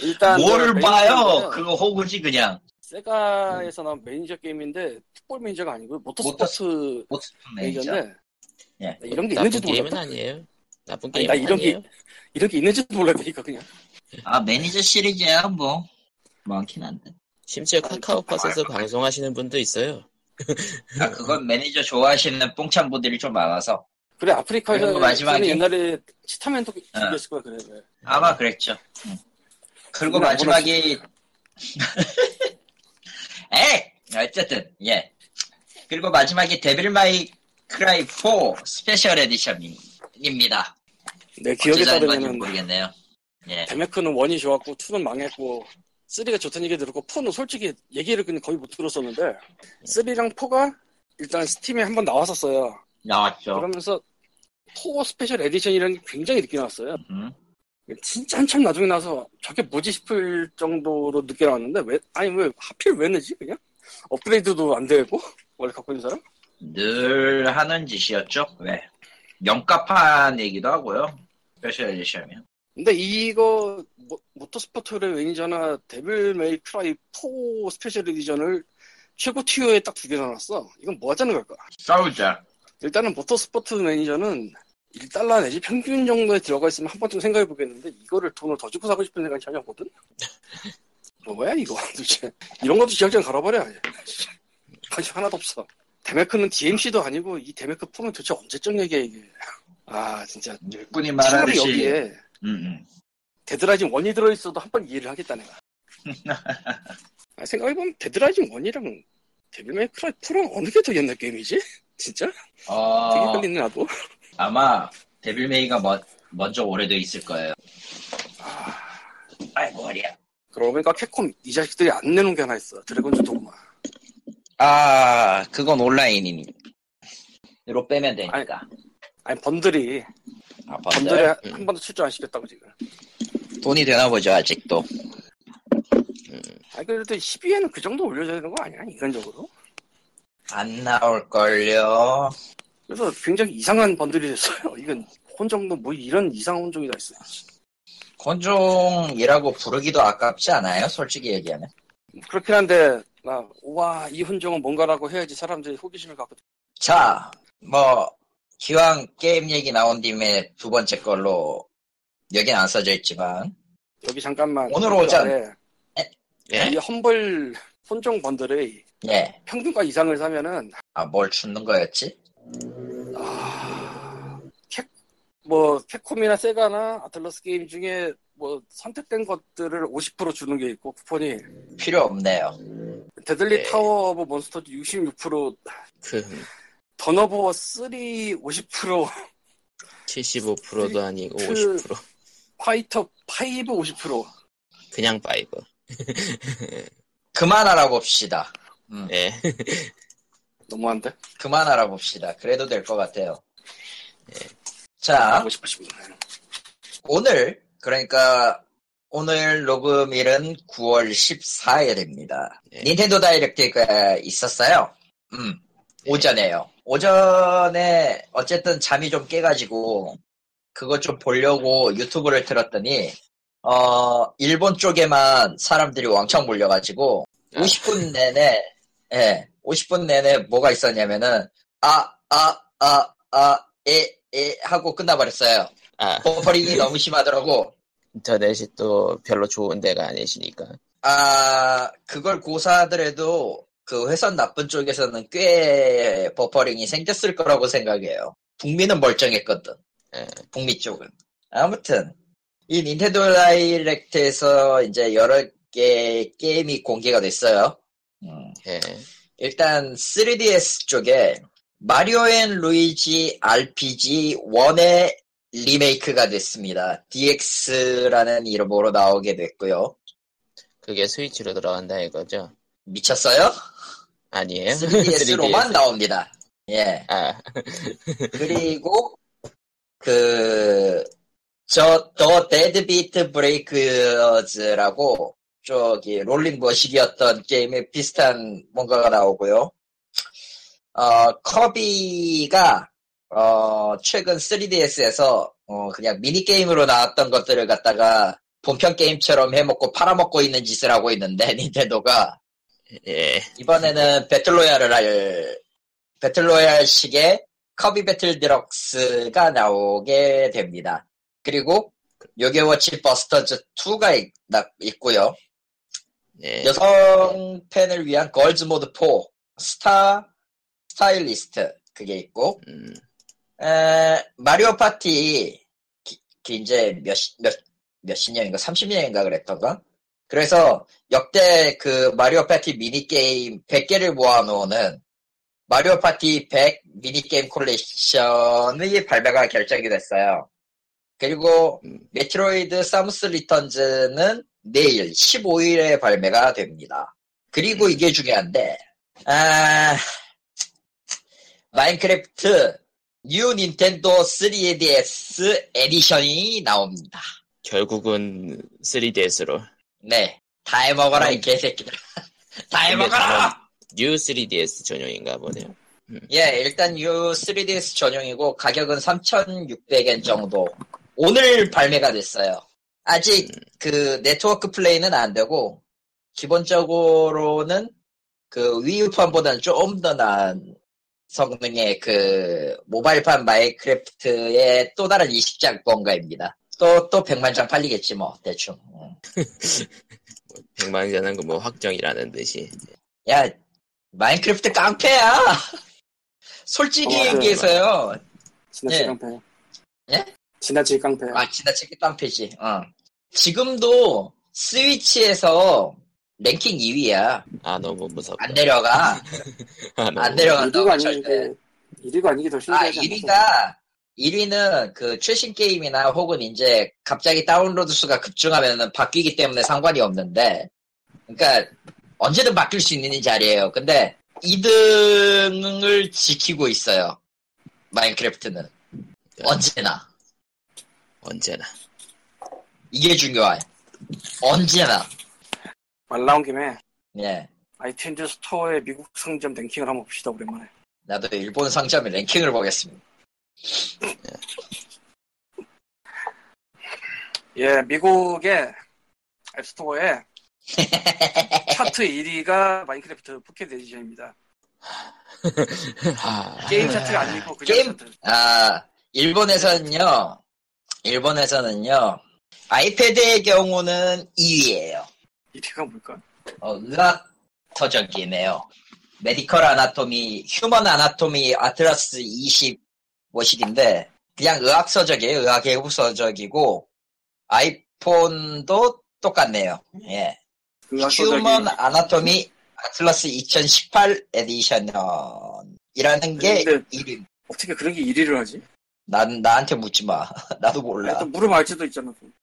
Speaker 2: 일단
Speaker 3: 뭘
Speaker 2: 그 메인
Speaker 3: 봐요?
Speaker 2: 게임은
Speaker 3: 그거 호구지 그냥.
Speaker 2: 세가에서 나온 매니저 게임인데 풋볼 매니저가 아니고 모터스포츠
Speaker 3: 모습 매니저.
Speaker 2: 매니저인데
Speaker 3: 예.
Speaker 2: 나 이런 게
Speaker 1: 나쁜
Speaker 2: 있는지도
Speaker 1: 게임은
Speaker 2: 몰랐다
Speaker 1: 아니에요. 나쁜
Speaker 2: 아니,
Speaker 1: 게임
Speaker 2: 나
Speaker 1: 은
Speaker 2: 이런 게-
Speaker 1: 아니에요.
Speaker 2: 이런 게 있는지도 몰랐다니까 그냥
Speaker 3: 아 매니저 시리즈야 뭐. 많긴 한데.
Speaker 1: 심지어 카카오 팟에서 방송하시는 분도 있어요.
Speaker 3: 아, 그건 매니저 좋아하시는 뽕찬부들이 좀 많아서
Speaker 2: 그래 아프리카에서
Speaker 3: 그리고 마지막에- 어.
Speaker 2: 옛날에 치타맨도 즐겼을 거야 그래 그래.
Speaker 3: 아마 그랬죠. 응. 그리고
Speaker 2: 근데 안
Speaker 3: 마지막이 에 어쨌든 예 그리고 마지막이 데빌 마이 크라이 4 스페셜 에디션입니다.
Speaker 2: 내 기억에
Speaker 3: 어쩌자는 건지
Speaker 2: 따르면
Speaker 3: 모르겠네요. 예
Speaker 2: 데메크는 원이 좋았고 투는 망했고 쓰리가 좋다는 얘기 들었고 포는 솔직히 얘기를 그냥 거의 못 들었었는데
Speaker 3: 예.
Speaker 2: 쓰리랑 포가 일단 스팀에 한번 나왔었어요.
Speaker 3: 나왔죠.
Speaker 2: 그러면서 포 스페셜 에디션이라는 게 굉장히 늦게 나왔어요.
Speaker 3: 음.
Speaker 2: 진짜 한참 나중에 나서 저게 뭐지 싶을 정도로 늦게 나왔는데 왜 아니 왜 하필 왜 늦지 그냥 업그레이드도 안 되고 원래 갖고 있는 사람
Speaker 3: 늘 하는 짓이었죠. 왜 명가판 얘기도 하고요. 스페셜 에디션이요.
Speaker 2: 근데 이거 모, 모터스포츠의 매니저나 데빌 메이 크라이 4 스페셜 에디션을 최고 티어에 딱 두 개 나눴어. 이건 뭐 하자는 걸까?
Speaker 3: 싸우자.
Speaker 2: 일단은 모터스포츠 매니저는 1달러 내지 평균 정도에 들어가 있으면 한 번쯤 생각해 보겠는데 이거를 돈을 더 주고 사고 싶은 생각이 전혀 없거든? 뭐야 이거 도대체 이런 것도 지역장 갈아버려 진짜. 관심 하나도 없어 데메크는 DMC도 아니고 이 데메크 폼은 도대체 언제적 얘기야 이게 아 진짜
Speaker 3: 일꾼이
Speaker 2: 차라리
Speaker 3: 말하듯이.
Speaker 2: 여기에
Speaker 3: 음, 음.
Speaker 2: 데드라이징 1이 들어있어도 한 번 이해를 하겠다 내가 아, 생각해보면 데드라이징 1이랑 데빌메이 크라이 2랑 어느 게 더 옛날 게임이지? 진짜? 되게
Speaker 3: 어,
Speaker 2: 끌리네 나도
Speaker 3: 아마 데빌메이가 먼- 먼저 오래돼 있을 거예요. 아이고 머리야.
Speaker 2: 그러고 보니까 캡콤 이 자식들이 안 내놓은 게 하나 있어. 드래곤즈 도그마.
Speaker 3: 아 그건 온라인이니. 로 빼면 되니까.
Speaker 2: 아니 번들이
Speaker 3: 아,
Speaker 2: 번들에
Speaker 3: 번들
Speaker 2: 한 번도 출전 안 시켰다고 지금.
Speaker 3: 돈이 되나 보죠 아직도.
Speaker 2: 아니 그래도 12회는 그 정도 올려줘야 되는 거 아니야 인간적으로?
Speaker 3: 안 나올 걸요.
Speaker 2: 그래서 굉장히 이상한 번들이 됐어요. 이건 혼종도 뭐 이런 이상한 혼종이 다 있어요.
Speaker 3: 혼종이라고 부르기도 아깝지 않아요? 솔직히 얘기하면.
Speaker 2: 그렇긴 한데 나와이 혼종은 뭔가라고 해야지 사람들이 호기심을 갖고
Speaker 3: 자, 뭐 기왕 게임 얘기 나온 김에 두 번째 걸로 여긴 안 써져 있지만
Speaker 2: 여기 잠깐만
Speaker 3: 오늘 오전.
Speaker 2: 아래
Speaker 1: 예?
Speaker 2: 이 험벌 혼종 번들의
Speaker 3: 예.
Speaker 2: 평균가 이상을 사면은
Speaker 3: 아 뭘 주는 거였지?
Speaker 2: 아, 캡, 뭐 캡콤이나 세가나 아틀러스 게임 중에 뭐 선택된 것들을 50% 주는 게 있고 쿠폰이
Speaker 3: 필요 없네요.
Speaker 2: 데들리
Speaker 1: 네.
Speaker 2: 타워 오브 몬스터즈 66%
Speaker 1: 그
Speaker 2: 던어버워 3 50%
Speaker 1: 75%도 아니고
Speaker 2: 그-
Speaker 1: 50%
Speaker 2: 화이터 5 50%
Speaker 1: 그냥 파이브.
Speaker 3: 그만하라 봅시다.
Speaker 1: 예.
Speaker 2: 너무한데?
Speaker 3: 그만하라 봅시다. 그래도 될 것 같아요. 예. 자,
Speaker 2: 50%
Speaker 3: 오늘, 그러니까, 오늘 녹음일은 9월 14일입니다.
Speaker 1: 예.
Speaker 3: 닌텐도 다이렉트가 있었어요. 음,
Speaker 1: 예.
Speaker 3: 오전에요. 오전에, 어쨌든 잠이 좀 깨가지고, 그것 좀 보려고 유튜브를 틀었더니, 어, 일본 쪽에만 사람들이 왕창 몰려가지고,
Speaker 1: 아.
Speaker 3: 50분 내내, 예, 50분 내내 뭐가 있었냐면은, 아, 아, 아, 아, 에, 에, 하고 끝나버렸어요.
Speaker 1: 아,
Speaker 3: 버퍼링이 너무 심하더라고.
Speaker 1: 인터넷이 또 별로 좋은 데가 아니시니까.
Speaker 3: 아, 그걸 고사하더라도, 그 회선 나쁜 쪽에서는 꽤 버퍼링이 생겼을 거라고 생각해요. 북미는 멀쩡했거든.
Speaker 1: 예.
Speaker 3: 북미 쪽은. 아무튼, 이 닌텐도 다이렉트에서 이제 여러 개 게임이 공개가 됐어요. 음,
Speaker 1: 예.
Speaker 3: 일단 3DS 쪽에 마리오 앤 루이지 RPG 1의 리메이크가 됐습니다. DX라는 이름으로 나오게 됐고요.
Speaker 1: 그게 스위치로 들어간다 이거죠?
Speaker 3: 미쳤어요?
Speaker 1: 아니에요?
Speaker 3: 3DS로만 나옵니다. 예.
Speaker 1: 아,
Speaker 3: 그리고 그 저더 데드비트 브레이크즈라고 저기 롤링 머신이었던 게임에 비슷한 뭔가가 나오고요. 어 커비가 어 최근 3DS에서 어, 그냥 미니 게임으로 나왔던 것들을 갖다가 본편 게임처럼 해먹고 팔아먹고 있는 짓을 하고 있는데 닌텐도가
Speaker 1: 예.
Speaker 3: 이번에는 배틀로얄을 할 배틀로얄식의 커비 배틀 디럭스가 나오게 됩니다. 그리고 요게워치 버스터즈 2가 있, 고요
Speaker 1: 예.
Speaker 3: 여성 팬을 위한 걸즈 모드 4 스타 스타일리스트 그게 있고
Speaker 1: 음,
Speaker 3: 에, 마리오 파티 기- 기 이제 몇몇몇십 년인가 30년인가 그랬던가 그래서 역대 그 마리오 파티 미니 게임 100개를 모아놓는 마리오 파티 100 미니 게임 콜렉션이 발매가 결정이 됐어요. 그리고
Speaker 1: 음.
Speaker 3: 메트로이드 사무스 리턴즈는 내일 15일에 발매가 됩니다. 그리고 이게 중요한데 아, 마인크래프트 뉴 닌텐도 3DS 에디션이 나옵니다.
Speaker 1: 결국은 3DS로.
Speaker 3: 네. 다 해먹어라, 이 개새끼들. 다 해먹어라!
Speaker 1: 뉴 3DS 전용인가 보네요.
Speaker 3: 예, 일단 이 3DS 전용이고, 가격은 3,600엔 정도. 오늘 발매가 됐어요. 아직 그 네트워크 플레이는 안 되고, 기본적으로는 그 위유판보다는 조금 더 나은 성능의 그 모바일판 마이크래프트의 또 다른 20장 뭔가입니다. 또, 또 100만 장 팔리겠지, 뭐, 대충. 음.
Speaker 1: 100만 원은 그뭐 확정이라는 듯이.
Speaker 3: 야, 마인크래프트 깡패야! 솔직히
Speaker 2: 어,
Speaker 3: 얘기해서요.
Speaker 2: 지나치게
Speaker 3: 예.
Speaker 2: 깡패.
Speaker 3: 예?
Speaker 2: 지나치게 깡패.
Speaker 3: 아, 지나치게 깡패지. 어. 지금도 스위치에서 랭킹 2위야.
Speaker 1: 아, 너무 무섭다.
Speaker 3: 안 내려가.
Speaker 1: 아, 너무
Speaker 3: 안 내려간다고
Speaker 2: 1위가 아니게
Speaker 3: 절대.
Speaker 2: 1위가 아니게 더
Speaker 3: 아,
Speaker 2: 신기하지 않나?
Speaker 3: 1위가, 1위는 그 최신 게임이나 혹은 이제 갑자기 다운로드 수가 급증하면 바뀌기 때문에 상관이 없는데, 그러니까 언제든 바뀔 수 있는 자리예요. 근데 2등을 지키고 있어요. 마인크래프트는. 언제나.
Speaker 1: 언제나.
Speaker 3: 이게 중요해. 언제나.
Speaker 2: 말 나온 김에
Speaker 3: 예.
Speaker 2: 아이튠즈 스토어의 미국 상점 랭킹을 한번 봅시다 오랜만에.
Speaker 3: 나도 일본 상점의 랭킹을 보겠습니다.
Speaker 2: 예, 미국의 앱스토어에 차트 1위가 마인크래프트 포켓 에디션입니다.
Speaker 1: 아,
Speaker 2: 게임 차트가 아니고 그냥
Speaker 3: 게임?
Speaker 2: 차트.
Speaker 3: 아, 일본에서는요, 일본에서는요, 아이패드의 경우는 2위예요
Speaker 2: 1위가 뭘까?
Speaker 3: 어, 의학터적이네요. 메디컬 아나토미, 휴먼 아나토미 아틀라스 20 워식인데, 그냥 의학서적이에요. 의학의 후서적이고, 아이폰도 똑같네요. 예.
Speaker 2: 그
Speaker 3: 휴먼
Speaker 2: 압도적인-
Speaker 3: 아나토미 아틀라스 2018 에디션이라는 게
Speaker 2: 근데-
Speaker 3: 1위.
Speaker 2: 어떻게 그런 게 1위를 하지?
Speaker 3: 난, 나한테 묻지 마. 나도 몰라.
Speaker 2: 일단 무릎 알지도 있잖아. 좀.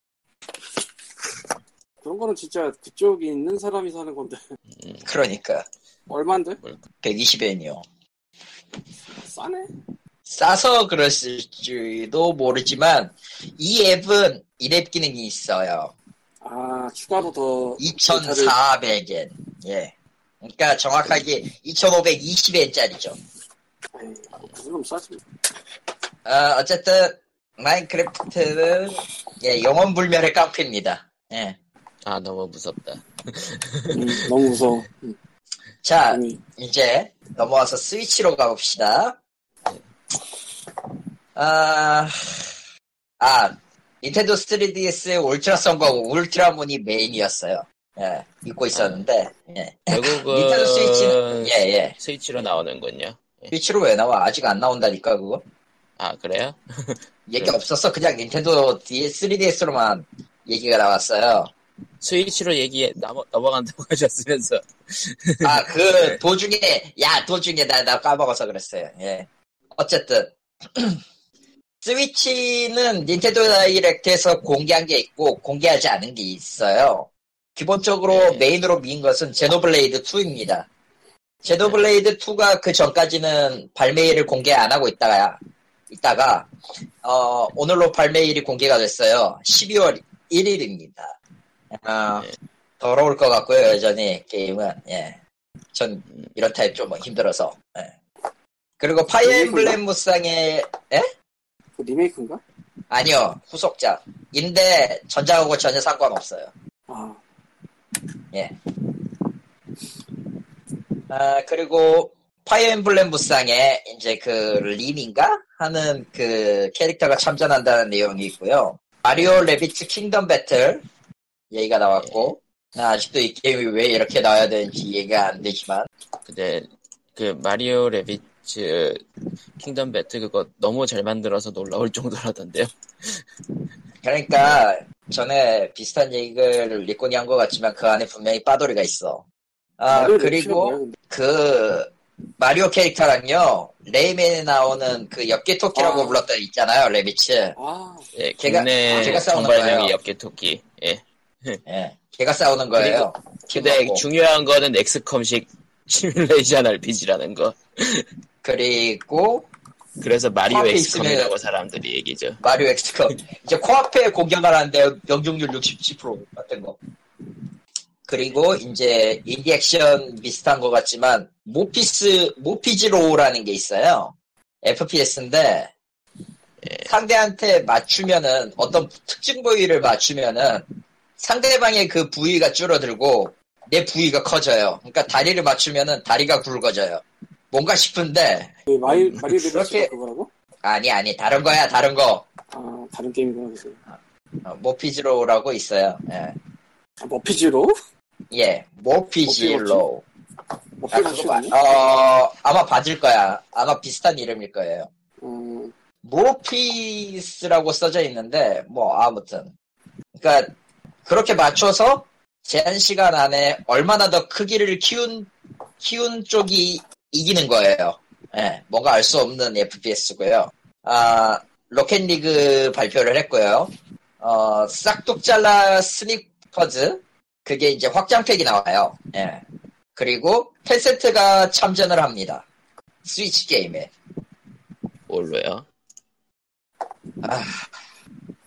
Speaker 2: 그런 거는 진짜 그쪽에 있는 사람이 사는 건데
Speaker 3: 그러니까.
Speaker 2: 얼마인데?
Speaker 3: 120엔이요.
Speaker 2: 싸네.
Speaker 3: 싸서 그랬을지도 모르지만, 이 앱은 이랩 기능이 있어요.
Speaker 2: 아 추가로 더
Speaker 3: 2,400엔. 예. 그러니까 정확하게 2,520엔짜리죠.
Speaker 2: 에이, 그럼 싸지.
Speaker 3: 어, 어쨌든 마인크래프트는 예, 영원 불멸의 깡패입니다. 예.
Speaker 1: 아 너무 무섭다.
Speaker 2: 음, 너무 무서워. 음,
Speaker 3: 자,
Speaker 2: 아니,
Speaker 3: 이제 넘어와서 스위치로 가봅시다. 아, 아, 닌텐도 3DS의 울트라 선거 울트라문이 메인이었어요. 예, 잊고 있었는데, 예.
Speaker 1: 어,
Speaker 3: 닌텐도
Speaker 1: 결국은
Speaker 3: 스위치는, 예, 예.
Speaker 1: 스위치로 나오는군요.
Speaker 3: 스위치로 왜 나와? 아직 안 나온다니까, 그거?
Speaker 1: 아 그래요?
Speaker 3: 얘기
Speaker 1: 네.
Speaker 3: 없었어. 그냥 닌텐도 DS, 3DS로만 얘기가 나왔어요.
Speaker 1: 스위치로 얘기 넘어, 넘어간다고 하셨으면서
Speaker 3: 아, 그
Speaker 1: 네.
Speaker 3: 도중에, 야, 도중에 나, 나 까먹어서 그랬어요. 예. 어쨌든. 스위치는 닌텐도 다이렉트에서 공개한 게 있고, 공개하지 않은 게 있어요. 기본적으로
Speaker 1: 네.
Speaker 3: 메인으로 미인 것은 제노블레이드 2입니다. 제노블레이드 2가 그 전까지는 발매일을 공개 안 하고 있다가, 있다가, 어, 오늘로 발매일이 공개가 됐어요. 12월 1일입니다.
Speaker 1: 네.
Speaker 3: 아, 더러울 것 같고요, 예. 여전히, 게임은. 예. 전, 이런 타입 좀 힘들어서. 예. 그리고 파이엠블렘 무쌍의, 예?
Speaker 2: 그 리메이크인가?
Speaker 3: 아니요, 후속작인데, 전작하고 전혀 상관없어요.
Speaker 2: 아,
Speaker 3: 예. 아, 그리고 파이어 엠블렘 무쌍에 이제 그 린인가 하는 그 캐릭터가 참전한다는 내용이 있고요. 마리오 레비츠 킹덤 배틀 얘기가 나왔고 나 아직도 이 게임이 왜 이렇게 나와야 되는지 이해가 안 되지만
Speaker 1: 근데 그 마리오 레비츠 킹덤 배틀 그거 너무 잘 만들어서 놀라울 정도라던데요.
Speaker 3: 그러니까 전에 비슷한 얘기를 리콘이 한 것 같지만 그 안에 분명히 빠돌이가 있어. 아
Speaker 2: 마리오 랩치가
Speaker 3: 그리고
Speaker 2: 뭐야, 근데?
Speaker 3: 그 마리오 캐릭터랑요 레이맨에 나오는 그 엽기 토끼라고
Speaker 2: 아.
Speaker 3: 불렀던 있잖아요 레비츠.
Speaker 2: 아,
Speaker 1: 예,
Speaker 3: 걔가- 아,
Speaker 1: 국내
Speaker 3: 걔가 싸우는
Speaker 1: 정발명이
Speaker 3: 거예요.
Speaker 1: 엽기토끼. 예.
Speaker 3: 예, 걔가 싸우는 거예요.
Speaker 1: 근데
Speaker 3: 팀하고.
Speaker 1: 중요한 거는 엑스컴식 시뮬레이션 RPG라는 거.
Speaker 3: 그리고
Speaker 1: 그래서 마리오
Speaker 3: 코앞에
Speaker 1: 엑스컴이라고
Speaker 3: 있으면-
Speaker 1: 사람들이 얘기죠.
Speaker 3: 마리오 엑스컴 이제 코앞에 공격을 하는데 명중률 67% 같은 거 그리고 이제 인디 액션 비슷한 거 같지만 모피스 모피지로우라는 게 있어요 FPS인데 상대한테 맞추면은 어떤 특징 부위를 맞추면은 상대방의 그 부위가 줄어들고 내 부위가 커져요 그러니까 다리를 맞추면은 다리가 굵어져요 뭔가 싶은데
Speaker 2: 그 마리, 마리오 랩치가
Speaker 3: 음. 그렇게-
Speaker 2: 그거라고?
Speaker 3: 아니 아니 다른 거야 다른 거
Speaker 2: 아, 다른 게임이구나, 그래서.
Speaker 3: 어, 모피지로우라고 있어요. 예.
Speaker 2: 아, 머피지로?
Speaker 3: 예, 모피지로우. 아,
Speaker 2: 머피지로
Speaker 3: 그거 봐. 어, 아마 받을 거야. 아마 비슷한 이름일 거예요.
Speaker 2: 음,
Speaker 3: 모피스라고 써져 있는데, 뭐, 아무튼. 그니까, 그렇게 맞춰서 제한 시간 안에 얼마나 더 크기를 키운, 키운 쪽이 이기는 거예요. 예, 뭔가 알 수 없는 FPS고요. 아, 로켓리그 발표를 했고요. 어, 싹둑 잘라 스니퍼즈. 그게 이제 확장팩이 나와요. 예. 그리고 펜세트가 참전을 합니다. 스위치 게임에.
Speaker 1: 뭘로요?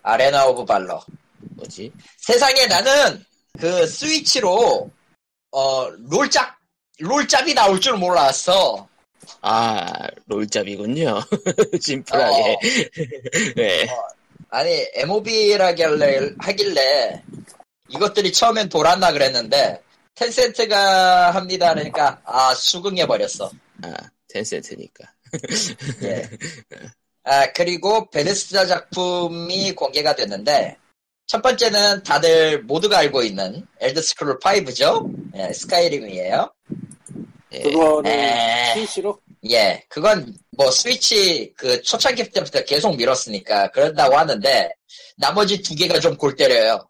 Speaker 3: 아레나 오브 발러.
Speaker 1: 뭐지?
Speaker 3: 세상에 나는 그 스위치로 어 롤짭 롤짭이 나올 줄 몰랐어.
Speaker 1: 아, 롤잡이군요.
Speaker 3: 어,
Speaker 1: 심플하게. 네.
Speaker 3: 아니 MOB라길래 하길래 이것들이 처음엔 돌았나 그랬는데 텐센트가 합니다 그러니까 아 수긍해 버렸어.
Speaker 1: 아, 텐센트니까.
Speaker 3: 예. 아 그리고 베네스다 작품이 공개가 됐는데 첫 번째는 다들 모두가 알고 있는 엘드 스크롤 5죠. 예, 스카이림이에요.
Speaker 1: 예.
Speaker 2: 그거는
Speaker 3: 에.
Speaker 2: 스위치로?
Speaker 3: 예, 그건 뭐 스위치 그 초창기 때부터 계속 밀었으니까 그런다고 하는데 나머지 두 개가 좀 골 때려요.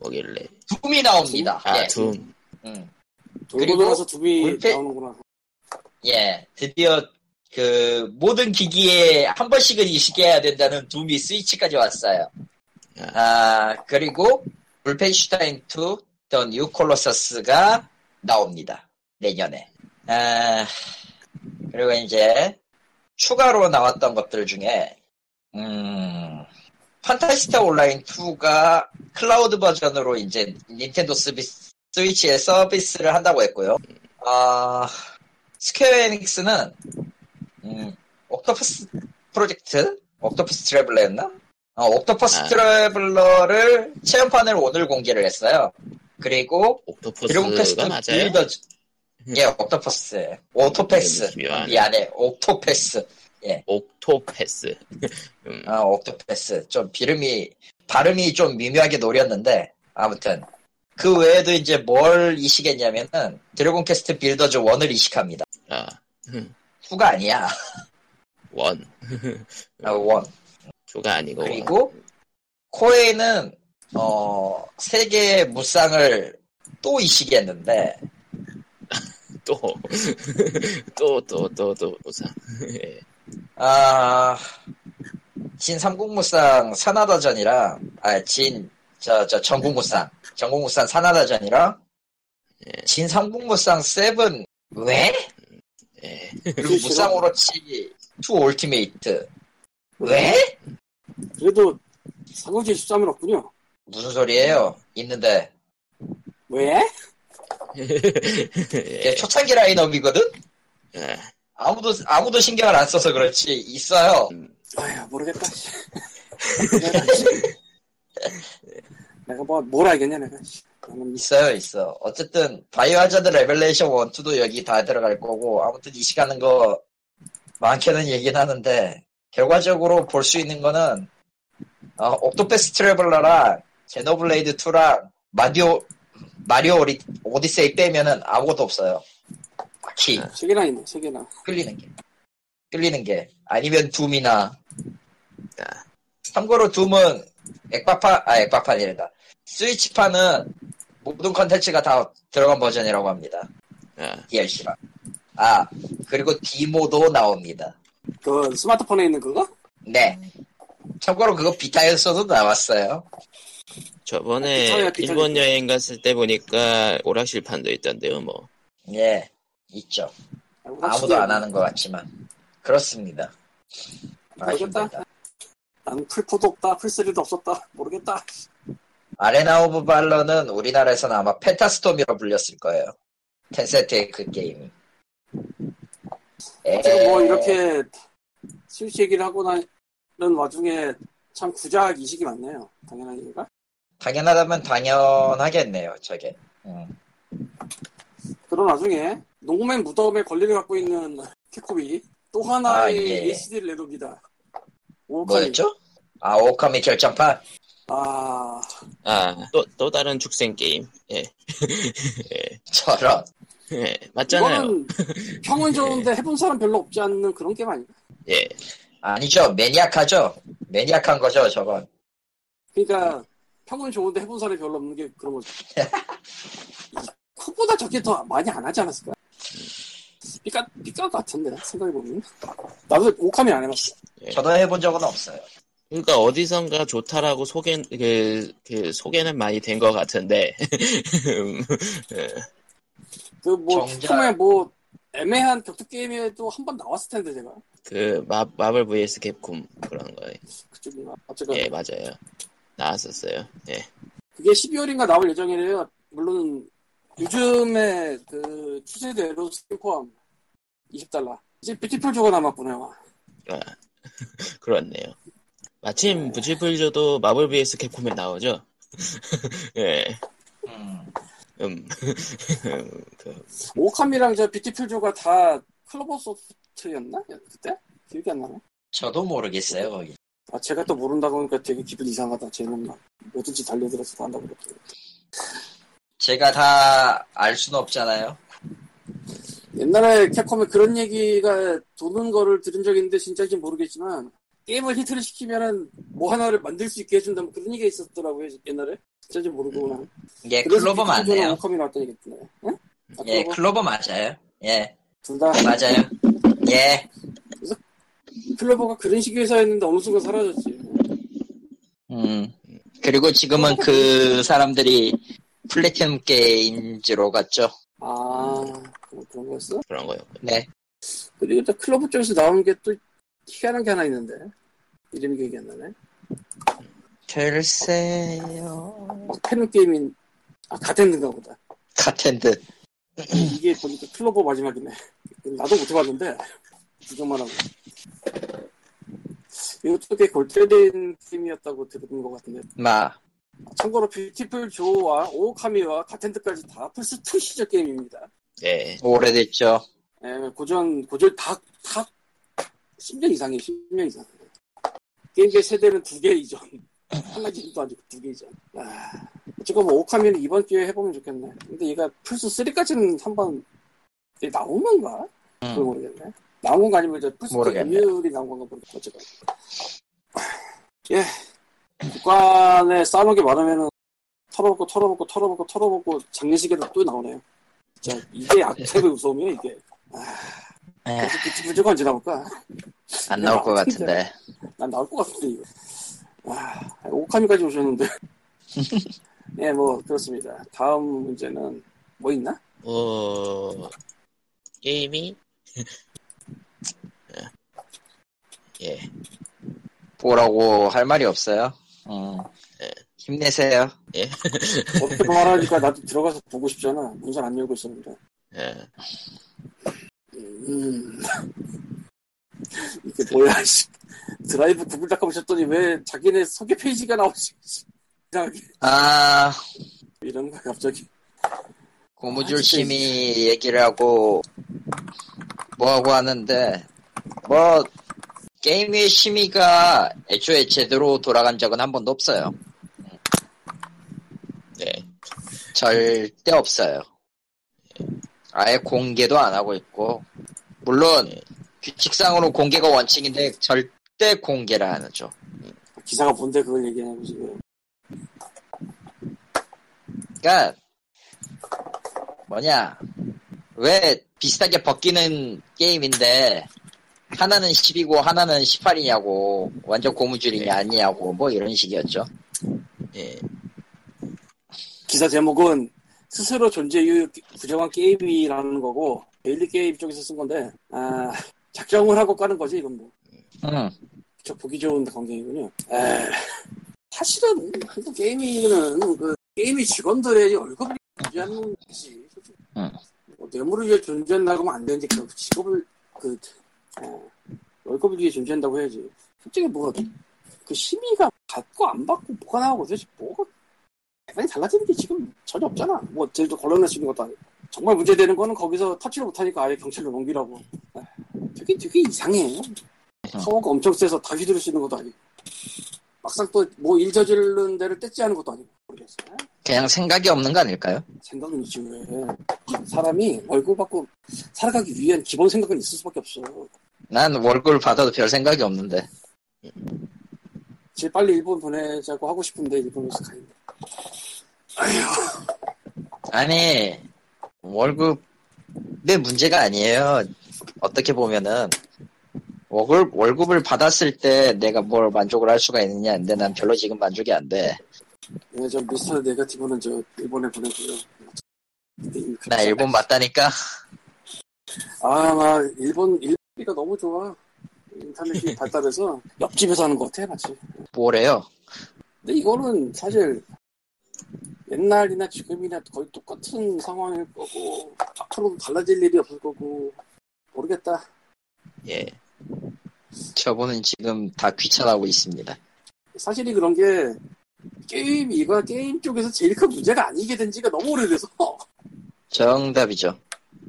Speaker 1: 뭐길래.
Speaker 3: 둠이 나옵니다.
Speaker 1: 아,
Speaker 3: 예,
Speaker 1: 둠.
Speaker 3: 음,
Speaker 2: 돌고
Speaker 3: 그리고
Speaker 2: 돌아서 둠이
Speaker 3: 울페-
Speaker 2: 나오는구나.
Speaker 3: 예, 드디어 그 모든 기기에 한 번씩은 이식해야 된다는 둠이 스위치까지 왔어요. 아 그리고 울펜슈타인 2, 더 뉴 콜로서스가 나옵니다. 내년에. 아, 그리고 이제 추가로 나왔던 것들 중에 음, 판타스타 온라인 2가 클라우드 버전으로 이제 닌텐도 스비스- 스위치에 서비스를 한다고 했고요. 아, 스퀘어 에닉스는 음, 옥토퍼스 프로젝트, 옥토퍼스 트래블러였나? 어, 옥토퍼스
Speaker 1: 아.
Speaker 3: 트래블러를 체험판을 오늘 공개를 했어요. 그리고 드래곤 퀘스트
Speaker 1: 옥토퍼스가 맞아요?
Speaker 3: 빌더 예, 옥토퍼스, 오토패스
Speaker 1: 이름이 묘하네.
Speaker 3: 미안해, 옥토패스,
Speaker 1: 옥토패스. 음,
Speaker 3: 아 옥토패스 좀 비름이 발음이 좀 미묘하게 노렸는데 아무튼 그 외에도 이제 뭘 이식했냐면은 드래곤 퀘스트 빌더즈 1을 이식합니다.
Speaker 1: 아,
Speaker 3: 2가 아니야,
Speaker 1: 원.
Speaker 3: 아, 1.
Speaker 1: 조가 아니고. 네, 원.
Speaker 3: 그리고 코에는 어, 세 개의 무쌍을 또 이식했는데
Speaker 1: 또, 또, 또, 또, 또, 보상. 예.
Speaker 3: 아, 진 삼국무쌍 산하다전이랑 아, 진 저, 저, 전국무쌍 전국무쌍 산하다전이랑 예, 진 삼국무쌍 세븐 왜?
Speaker 1: 예.
Speaker 3: 그리고 무쌍오로치 투 올티메이트 왜?
Speaker 2: 그래도 삼국지 13은 없군요.
Speaker 3: 무슨 소리예요? 있는데
Speaker 2: 왜?
Speaker 3: 이게
Speaker 1: 예.
Speaker 3: 초창기 라인업이거든?
Speaker 1: 예.
Speaker 3: 아무도 아무도 신경을 안 써서 그렇지 있어요
Speaker 2: 아휴 모르겠다. 씨. 내가, 씨. 내가 뭐 뭘 알겠냐 내가. 씨. 나는 이
Speaker 3: 있어요, 있어. 어쨌든 바이오 하자드 레벨레이션 1, 2도 여기 다 들어갈 거고 아무튼 이 시간은 거 많게는 얘기는 하는데 결과적으로 볼 수 있는 거는 어, 옥토패스 트래블러랑 제노블레이드 2랑 마디오 마리오 오리, 오디세이 빼면은 아무것도 없어요. 딱히
Speaker 2: 세 개나 있네 세 개나.
Speaker 3: 끌리는 게 끌리는 게 아니면 둠이나 참고로 둠은 액바파 아 액바판이란다 스위치판은 모든 컨텐츠가 다 들어간 버전이라고 합니다
Speaker 1: 아,
Speaker 3: DLC랑 아 그리고 디모도 나옵니다
Speaker 2: 그 스마트폰에 있는 그거?
Speaker 3: 네 참고로 그거 비타에서도 나왔어요
Speaker 1: 저번에
Speaker 2: 빅터리아, 빅터리아.
Speaker 1: 일본 여행 갔을 때 보니까 오락실판도 있던데요, 뭐.
Speaker 3: 예 있죠 아무도 안 하는 것 같지만 그렇습니다 아쉽다
Speaker 2: 모르겠다. 나는 풀포도 없다 풀스리도 없었다 모르겠다.
Speaker 3: 아레나 오브 발러는 우리나라에서는 아마 펜타스톰이라 불렸을 거예요. 텐센트의 그 게임. 에...
Speaker 2: 지금 뭐 이렇게 스위치 얘기를 하고 나는 와중에 참 구작 이식이 많네요. 당연한 얘기가.
Speaker 3: 당연하다면 당연하겠네요. 저게. 음.
Speaker 2: 그런 와중에 농맨 무덤에 권리를 갖고 있는 캡콤이 또
Speaker 3: 아,
Speaker 2: 하나의
Speaker 3: 예.
Speaker 2: HD를 내놓습니다. 오카이.
Speaker 3: 뭐였죠? 아 오카미 결정판.
Speaker 2: 아,
Speaker 1: 아, 또, 또 다른 죽생 게임. 예.
Speaker 3: 저런.
Speaker 1: 예. 맞잖아요.
Speaker 2: 이거는 평은 좋은데 해본 사람 별로 없지 않는 그런 게임 아닌가?
Speaker 1: 예.
Speaker 3: 아니죠. 매니악하죠. 매니악한 거죠. 저건.
Speaker 2: 그러니까 평은 좋은데 해본 사람이 별로 없는 게 그런 거죠. 코보다 저게 더 많이 안 하지 않았을까? 삐까, 삐까 같은데, 생각해보면. 나도 오카미 안 해봤어.
Speaker 1: 예.
Speaker 3: 저도 해본 적은 없어요.
Speaker 1: 그러니까 어디선가 좋다라고 소개, 그, 그 소개는 많이 된 것 같은데. 음,
Speaker 2: 그뭐
Speaker 3: 정작-
Speaker 2: 캡콤의 뭐 애매한 격투 게임에도 한 번 나왔을 텐데 제가
Speaker 1: 그, 마, 마블 vs 캡콤 그런 거에.
Speaker 2: 그쪽인가 어쨌건
Speaker 1: 예, 맞아요. 나왔었어요. 예.
Speaker 2: 그게 12월인가 나올 예정이래요. 물론 요즘에 그 추세대로 스킨 포함 20달러 이제 뷰티풀 조가 남았구나.
Speaker 1: 아, 그렇네요. 마침 부지불조도 마블 vs 캡콤에 나오죠. 예.
Speaker 3: 음.
Speaker 1: 음. 그,
Speaker 2: 오캄이랑 저 뷰티풀 조가 다 클로버 소프트였나 그때 기억이 안 나네.
Speaker 3: 저도 모르겠어요. 거기.
Speaker 2: 아 제가 또 모른다고 하니까 되게 기분 이상하다. 쟤는 막 뭐든지 달려들어서 한다고 그랬더니
Speaker 3: 제가 다 알 수는 없잖아요.
Speaker 2: 옛날에 캡콤에 그런 얘기가 도는 거를 들은 적이 있는데 진짜인지 모르겠지만 게임을 히트를 시키면은 뭐 하나를 만들 수 있게 해준다 뭐 그런 얘기가 있었더라고요 옛날에 진짜인지 모르고 그냥
Speaker 3: 예, 클로버
Speaker 2: 는
Speaker 3: 맞네요.
Speaker 2: 오컴이 나왔던 얘기였네 응? 아,
Speaker 3: 예,
Speaker 2: 클로버?
Speaker 3: 클로버 맞아요. 예,
Speaker 2: 둘다
Speaker 3: 맞아요. 예.
Speaker 2: 클로버가 그런 식의 회사였는데 어느 순간 사라졌지
Speaker 3: 음.
Speaker 2: 예.
Speaker 3: 그리고
Speaker 2: 어.
Speaker 3: 지금은 그 사람들이 플래티넘 게임즈로 갔죠.
Speaker 2: 아 그런, 그런 거였어?
Speaker 1: 그런 거였고.
Speaker 3: 네.
Speaker 2: 그리고 또 클로버 쪽에서 나온 게 또 희한한 게 하나 있는데 이름이 기억이 안 나네
Speaker 3: 글쎄요.
Speaker 2: 막 패는 게임인 아 가텐드인가 보다
Speaker 3: 같은 듯.
Speaker 2: 이게 보니까 클로버 마지막이네. 나도 못 해봤는데, 구경만 하고. 이쪽에 골드린 팀이었다고 들은 것 같은데
Speaker 3: 마
Speaker 2: 참고로 뷰티풀 조와 오카미와 카텐트까지 다 플스2 시절 게임입니다
Speaker 1: 예.
Speaker 3: 오래됐죠.
Speaker 2: 예, 고전 고전 다다 10년 이상이 10년 이상 게임계 세대는 두 개 이전 하나 기준도 아니고 두 개 이전 아, 어쨌건 뭐 오카미는 이번 기회에 해보면 좋겠네 근데 얘가 플스 3까지는 한번 이게 나온 건가?
Speaker 3: 음.
Speaker 2: 그걸 모르겠네 나온 건가 아니면 이제 플스
Speaker 3: 모르겠네.
Speaker 2: 2이 나온 건가 모르겠어 어쨌건 예 국간에 싸놓은 게 많으면은 털어먹고 털어먹고 털어먹고 털어먹고 장례식에도 또 나오네요 진짜 이게
Speaker 3: 예.
Speaker 2: 악택의 무서움이야 이게
Speaker 3: 에,
Speaker 2: 그래서 비트 부족가 언제 나올까?
Speaker 3: 네, 안 나올 것 같은데.
Speaker 2: 난 나올 것 같은데 이거. 와 오카미까지 오셨는데. 네, 뭐 그렇습니다. 다음 문제는 뭐 있나?
Speaker 1: 뭐 게임이 예.
Speaker 3: 뭐라고 할 말이 없어요. 음.
Speaker 2: 네.
Speaker 3: 힘내세요.
Speaker 2: 어떻게 말하니까 나도 들어가서 보고 싶잖아. 문상 안 열고 있었는데.
Speaker 1: 예.
Speaker 2: 음. 이게 뭐야? 씨. 드라이브 구글닷컴 오셨더니 왜 자기네 소개 페이지가 나오지? 이상하게
Speaker 3: 아,
Speaker 2: 이런 거야 갑자기. 아,
Speaker 3: 고무줄
Speaker 2: 진짜
Speaker 3: 심이 얘기를 하고 뭐하고 하는데 뭐 게임의 심의가 애초에 제대로 돌아간 적은 한 번도 없어요.
Speaker 1: 네.
Speaker 3: 절대 없어요. 아예 공개도 안 하고 있고 물론 규칙상으로 공개가 원칙인데 절대 공개를 안 하죠.
Speaker 2: 기사가 뭔데 그걸 얘기하냐고 지금.
Speaker 3: 그러니까 뭐냐 왜 비슷하게 벗기는 게임인데 하나는 10이고 하나는 18이냐고 완전 고무줄이냐 아니냐고 뭐 이런 식이었죠
Speaker 1: 예.
Speaker 2: 기사 제목은 스스로 존재 이유 부정한 게임이라는 거고 데일리 게임 쪽에서 쓴 건데 아, 작정을 하고 까는 거지 이건 뭐.
Speaker 3: 응.
Speaker 2: 저 보기 좋은 광경이군요. 에, 사실은 그 게이밍은 그 게임이 직원들의 월급을 유지하는 거지.
Speaker 3: 응.
Speaker 2: 뭐 뇌물을 위해 존재한다고 하면 안 되는데 그 직업을 그 어, 월급을 위해 존재한다고 해야지. 솔직히 뭐가 그 심의가 받고 안 받고 뭐가 나오고 도대체 뭐가 대단히 달라지는 게 지금 전혀 없잖아. 뭐 제일 걸러낼 수 있는 것도 아니고. 정말 문제되는 거는 거기서 터치를 못하니까 아예 경찰로 넘기라고. 에, 되게 되게 이상해.
Speaker 3: 어.
Speaker 2: 파워가 엄청 세서 다 휘두를 수 있는 것도 아니고 막상 또 뭐 일저지르는 데를 떼지 않은 것도 아니고 모르겠어
Speaker 3: 그냥 생각이 없는 거 아닐까요?
Speaker 2: 생각은 있지 왜 사람이 월급 받고 살아가기 위한 기본 생각은 있을 수밖에 없어
Speaker 3: 난 월급을 받아도 별 생각이 없는데
Speaker 2: 제일 빨리 일본 보내자고 하고 싶은데 일본에서 가는데
Speaker 3: 아니 월급 내 문제가 아니에요 어떻게 보면은 월급, 월급을 받았을 때 내가 뭘 만족을 할 수가 있느냐 근데 난 별로 지금 만족이 안돼
Speaker 2: 예, 저 미스터 네가티브는 저 일본에 보내고요 근데 이미
Speaker 3: 나 일본 맞다니까
Speaker 2: 아, 나 일본 일비가 너무 좋아 인터넷이 발달해서 옆집에서 하는 것 같아 마치
Speaker 3: 뭐래요?
Speaker 2: 근데 이거는 사실 옛날이나 지금이나 거의 똑같은 상황일 거고 앞으로도 달라질 일이 없을 거고 모르겠다.
Speaker 1: 예.
Speaker 3: 저분은 지금 다 귀찮아하고 있습니다.
Speaker 2: 사실이 그런 게 게임 이거 게임 쪽에서 제일 큰 문제가 아니게 된 지가 너무 오래돼서
Speaker 3: 정답이죠.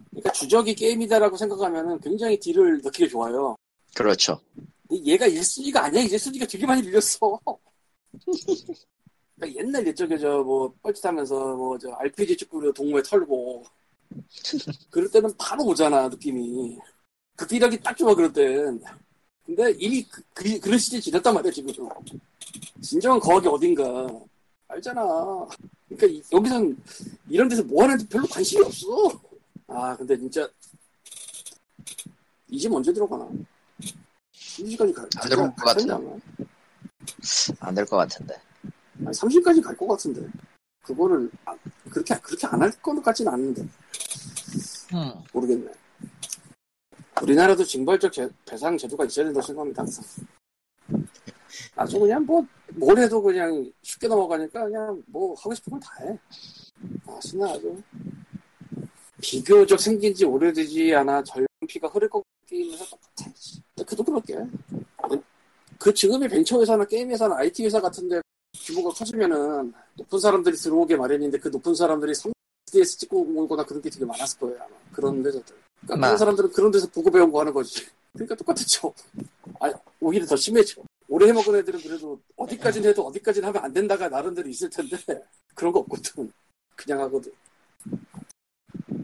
Speaker 2: 그러니까 주적이 게임이다라고 생각하면은 굉장히 딜을 넣기가 좋아요.
Speaker 3: 그렇죠.
Speaker 2: 근데 얘가 1순위가 아니야. 이제 순위가 되게 많이 밀렸어. 그러니까 옛날 옛적에 저뭐 뻘짓하면서 뭐 저 RPG 축구로 동호회 털고 그럴 때는 바로 오잖아 느낌이. 그 기력이 딱 좋아 그럴 땐. 근데 이미 그, 그, 그런 시즌 지났단 말이야 지금. 진정한 거학이 어딘가 알잖아. 그러니까 이- 여기선 이런 데서 뭐 하는지 별로 관심이 없어. 아 근데 진짜 이 집 언제 들어가나? 이 시간이 갈,
Speaker 3: 안 들어올 것 같은데.
Speaker 2: 갈 텐데 아마.
Speaker 3: 안 될 것 같은데.
Speaker 2: 아니, 30까지 갈 것 같은데. 그거를, 아, 그렇게, 그렇게 안 할 것 같진 않은데.
Speaker 3: 음.
Speaker 2: 모르겠네. 우리나라도 징벌적 제- 배상 제도가 있어야 된다고 생각합니다, 항상. 아주 그냥 뭐, 뭘 해도 그냥 쉽게 넘어가니까 그냥 뭐 하고 싶은 건 다 해. 아, 신나 아주. 비교적 생긴 지 오래되지 않아 전피가 흐를 것 게임에서 똑같아. 근데 그도 그렇게. 그- 그 직업이 벤처 회사나 게임 회사나 IT 회사 같은데 규모가 커지면은 높은 사람들이 들어오게 마련인데 그 높은 사람들이 3DS 찍고 오거나 그런 게 되게 많았을 거예요 아마 그런 데서들 그러니까
Speaker 3: 아마.
Speaker 2: 그런 사람들은 그런 데서 보고 배운 거 하는 거지 그러니까 똑같았죠 아 오히려 더 심해져 오래 해먹은 애들은 그래도 어디까진 해도 어디까진 하면 안 된다가 나름대로 있을 텐데 그런 거 없거든 그냥 하거든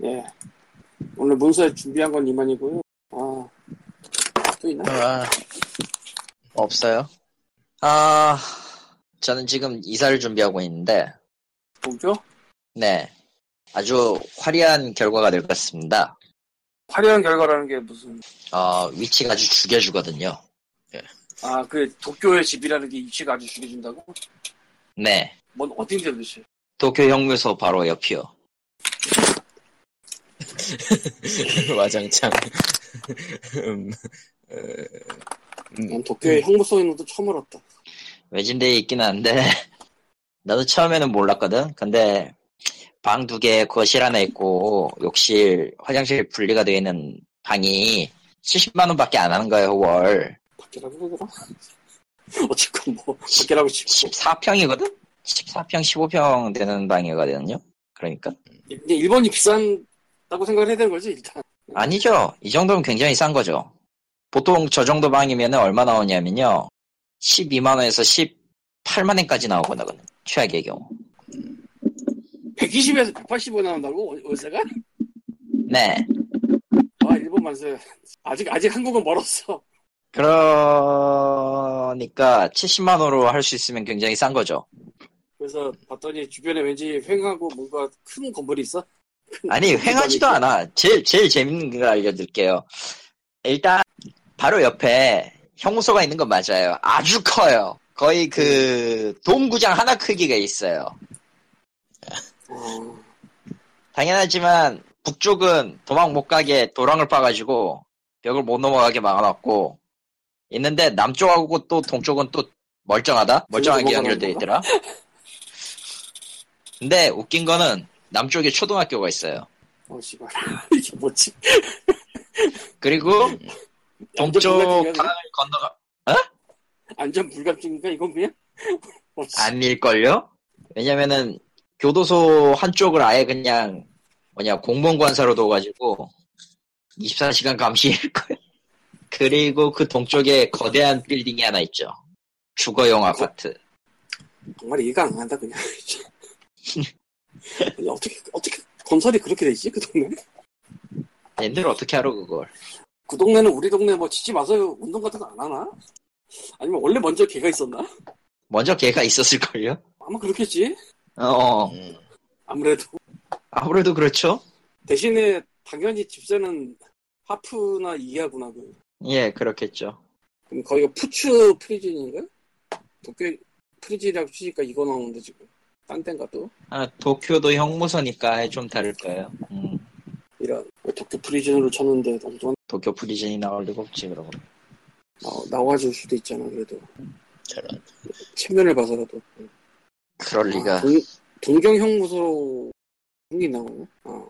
Speaker 2: 예 오늘 문서에 준비한 건 이만이고요 아또 있나?
Speaker 3: 아, 없어요. 아, 저는 지금 이사를 준비하고 있는데,
Speaker 2: 뭐죠?
Speaker 3: 네. 아주 화려한 결과가 될 것 같습니다.
Speaker 2: 화려한 결과라는 게 무슨
Speaker 3: 어, 위치가 아주 죽여주거든요.
Speaker 2: 아 그 도쿄의 집이라는 게 입시가 아주 죽여준다고?
Speaker 3: 네.
Speaker 2: 뭔 어딘데 도대체
Speaker 3: 도쿄 형무소 바로 옆이요.
Speaker 1: 와장창. 음, 어, 음,
Speaker 2: 난 도쿄의 형무소 인원도 처음 알았다
Speaker 3: 외진데에 있긴 한데, 나도 처음에는 몰랐거든? 근데, 방 두 개, 거실 하나 있고, 욕실, 화장실 분리가 되어 있는 방이 70만원 밖에 안 하는 거예요, 월.
Speaker 2: 밖이라고 그러더라 어쨌건 뭐 밖이라고 치고
Speaker 3: 14평이거든? 14평, 15평 되는 방이거든요? 그러니까?
Speaker 2: 그냥 일본이 비싼다고 생각을 해야 되는 거지 일단
Speaker 3: 아니죠. 이 정도면 굉장히 싼 거죠. 보통 저 정도 방이면 얼마 나오냐면요. 12만원에서 18만원까지 나오거든요. 최악의 경우.
Speaker 2: 120에서 180원 나온다고 월- 월세가?
Speaker 3: 네.
Speaker 2: 아 일본 만세 아직 아직 한국은 멀었어
Speaker 3: 그러니까 70만원으로 할 수 있으면 굉장히 싼 거죠.
Speaker 2: 그래서 봤더니 주변에 왠지 횡하고 뭔가 큰 건물이 있어
Speaker 3: 아니, 횡하지도 않아. 제일, 제일 재밌는 걸 알려드릴게요. 일단, 바로 옆에 형무소가 있는 건 맞아요. 아주 커요. 거의 그, 동구장 하나 크기가 있어요.
Speaker 2: 어,
Speaker 3: 당연하지만 북쪽은 도망 못 가게 도랑을 파가지고 벽을 못 넘어가게 막아놨고 있는데 남쪽하고 또 동쪽은 또 멀쩡하다 멀쩡하게
Speaker 2: 넘어가는
Speaker 3: 연결돼 있더라. 근데 웃긴 거는 남쪽에 초등학교가 있어요.
Speaker 2: 어 씨발 이게 뭐지
Speaker 3: 그리고 동쪽
Speaker 2: 남쪽은
Speaker 3: 강을
Speaker 2: 그냥
Speaker 3: 건너가
Speaker 2: 안전 불감증인가 이건 그냥? 어, 씨.
Speaker 3: 아닐걸요? 왜냐면은 교도소 한쪽을 아예 그냥 뭐냐 공무원 관사로 둬가지고 24시간 감시일 거예요. 그리고 그 동쪽에 거대한 빌딩이 하나 있죠. 주거용 아파트.
Speaker 2: 정말 이해가 안 간다 그냥 아니, 어떻게 어떻게 건설이 그렇게 돼 있지 그 동네?
Speaker 3: 얘들 어떻게 하러 그걸?
Speaker 2: 그 동네는 우리 동네 뭐 치지 마세요 운동 같은 거 안 하나? 아니면 원래 먼저 개가 있었나?
Speaker 3: 먼저 걔가 있었을걸요?
Speaker 2: 아마 그렇겠지
Speaker 3: 어, 어,
Speaker 1: 음.
Speaker 2: 아무래도
Speaker 3: 아무래도 그렇죠.
Speaker 2: 대신에 당연히 집세는 하프나 이하구나 그.
Speaker 3: 예, 그렇겠죠.
Speaker 2: 그럼 거기가 푸츠 프리즌인가? 도쿄 프리즌이라고 치니까 이거 나오는데 지금 딴 땐가 또
Speaker 3: 아, 도쿄도 형무소니까 좀 다를 거예요. 음,
Speaker 2: 이런 왜 도쿄 프리즌으로 쳤는데 너무
Speaker 3: 도쿄 프리즌이 나올 리가 없지, 그러고.
Speaker 2: 나와줄 수도 있잖아 그래도
Speaker 1: 저런.
Speaker 2: 체면을 봐서라도
Speaker 3: 그럴
Speaker 2: 아,
Speaker 3: 리가.
Speaker 2: 동, 동경 형무소 형이 나오네. 어.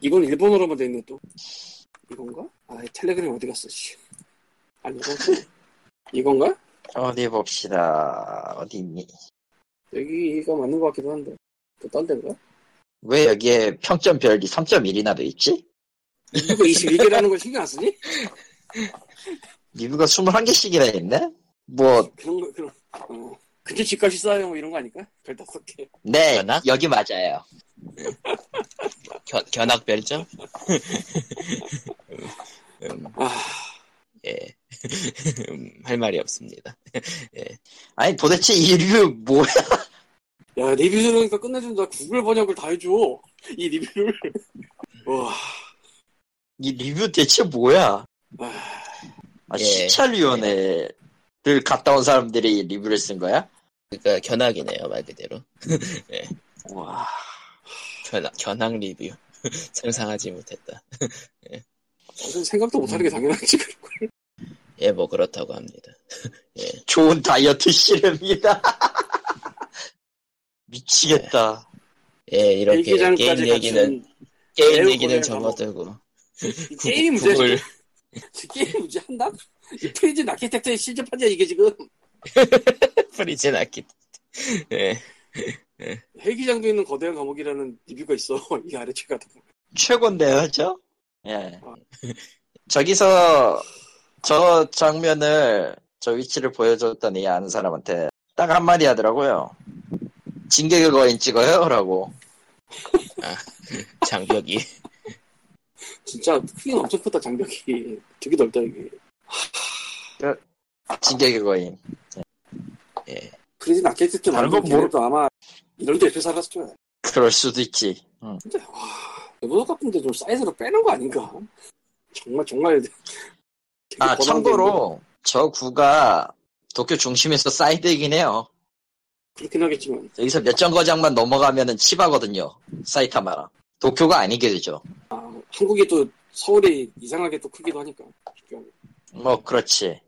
Speaker 2: 이건 일본어로만 돼 있네 또. 이건가? 아 텔레그램 어디 갔어? 씨. 아니고 이건가?
Speaker 3: 어디 봅시다. 어디 있니?
Speaker 2: 여기가 맞는 것 같기도 한데 또딴 데인가?
Speaker 3: 왜 여기에 평점 별이 3.1이나 돼 있지?
Speaker 2: 이거 21개라는 걸 신경 안 쓰니?
Speaker 3: 리뷰가 21개씩이나 있네? 뭐,
Speaker 2: 그런 거 그런. 어. 근데 집값이 싸요 뭐 이런 거 아닐까? 별 다섯 개.
Speaker 3: 네,
Speaker 1: 맞나?
Speaker 3: 여기 맞아요.
Speaker 1: 견, 견학별점? 음,
Speaker 2: 아
Speaker 1: 예. 음, 할 말이 없습니다.
Speaker 3: 아니, 도대체 이 리뷰 뭐야?
Speaker 2: 야, 리뷰 쓰니까 끝내준다. 구글 번역을 다 해줘. 이 리뷰를. 와,
Speaker 3: 이 리뷰 대체 뭐야?
Speaker 2: 아,
Speaker 3: 아,
Speaker 1: 예.
Speaker 3: 시찰위원회를 갔다 온 사람들이 리뷰를 쓴 거야?
Speaker 1: 그러니까 견학이네요, 말 그대로.
Speaker 3: 와,
Speaker 1: 견학, 견학 리뷰. 상상하지 못했다.
Speaker 2: 무슨 생각도 못하는
Speaker 1: 음.
Speaker 2: 게 당연하지. 그런 거.
Speaker 1: 예, 뭐 그렇다고 합니다.
Speaker 3: 좋은 다이어트 시럽이다. 미치겠다.
Speaker 1: 예, 이렇게
Speaker 2: 일기장까지
Speaker 1: 게임 얘기는
Speaker 2: 갖춘
Speaker 1: 게임
Speaker 2: 매우
Speaker 1: 얘기는
Speaker 2: 고생을
Speaker 1: 접어들고
Speaker 2: 게임 문제
Speaker 1: 구글
Speaker 2: 게임 문제 한다? 이 프리즌 아키텍트의 시즌판이야 이게 지금
Speaker 1: 프리즌 아키. 예.
Speaker 2: 헬기장도 있는 거대한 감옥이라는 리뷰가 있어 이 아래 최가
Speaker 3: 최고인데요, 저? 예. 저기서 저 장면을 저 위치를 보여줬더니 아는 사람한테 딱 한마디 하더라고요. 진격의 거인 찍어요라고.
Speaker 1: 장벽이.
Speaker 2: 진짜 크기는 엄청 크다 장벽이 되게 넓다 이게
Speaker 3: 진격의 거인.
Speaker 2: 프리즌 아키텍트
Speaker 4: 다른 건
Speaker 2: 만든
Speaker 4: 뭐- 모르-
Speaker 2: 걔네도 아마 이런 데에서 살았을 거야
Speaker 3: 그럴 수도 있지. 음. 응.
Speaker 2: 이거 같은데 좀 사이즈로 빼는 거 아닌가? 정말 정말 되게
Speaker 3: 아
Speaker 2: 고난도 있는
Speaker 3: 참고로 저 구가 도쿄 중심에서 사이드이긴 해요.
Speaker 2: 그렇긴 하겠지만
Speaker 3: 여기서 몇 정거장만 넘어가면은 치바거든요. 사이타마랑. 도쿄가 아니게 되죠.
Speaker 2: 한국이 또 서울이 이상하게 또 크기도 하니까
Speaker 3: 뭐 그렇지.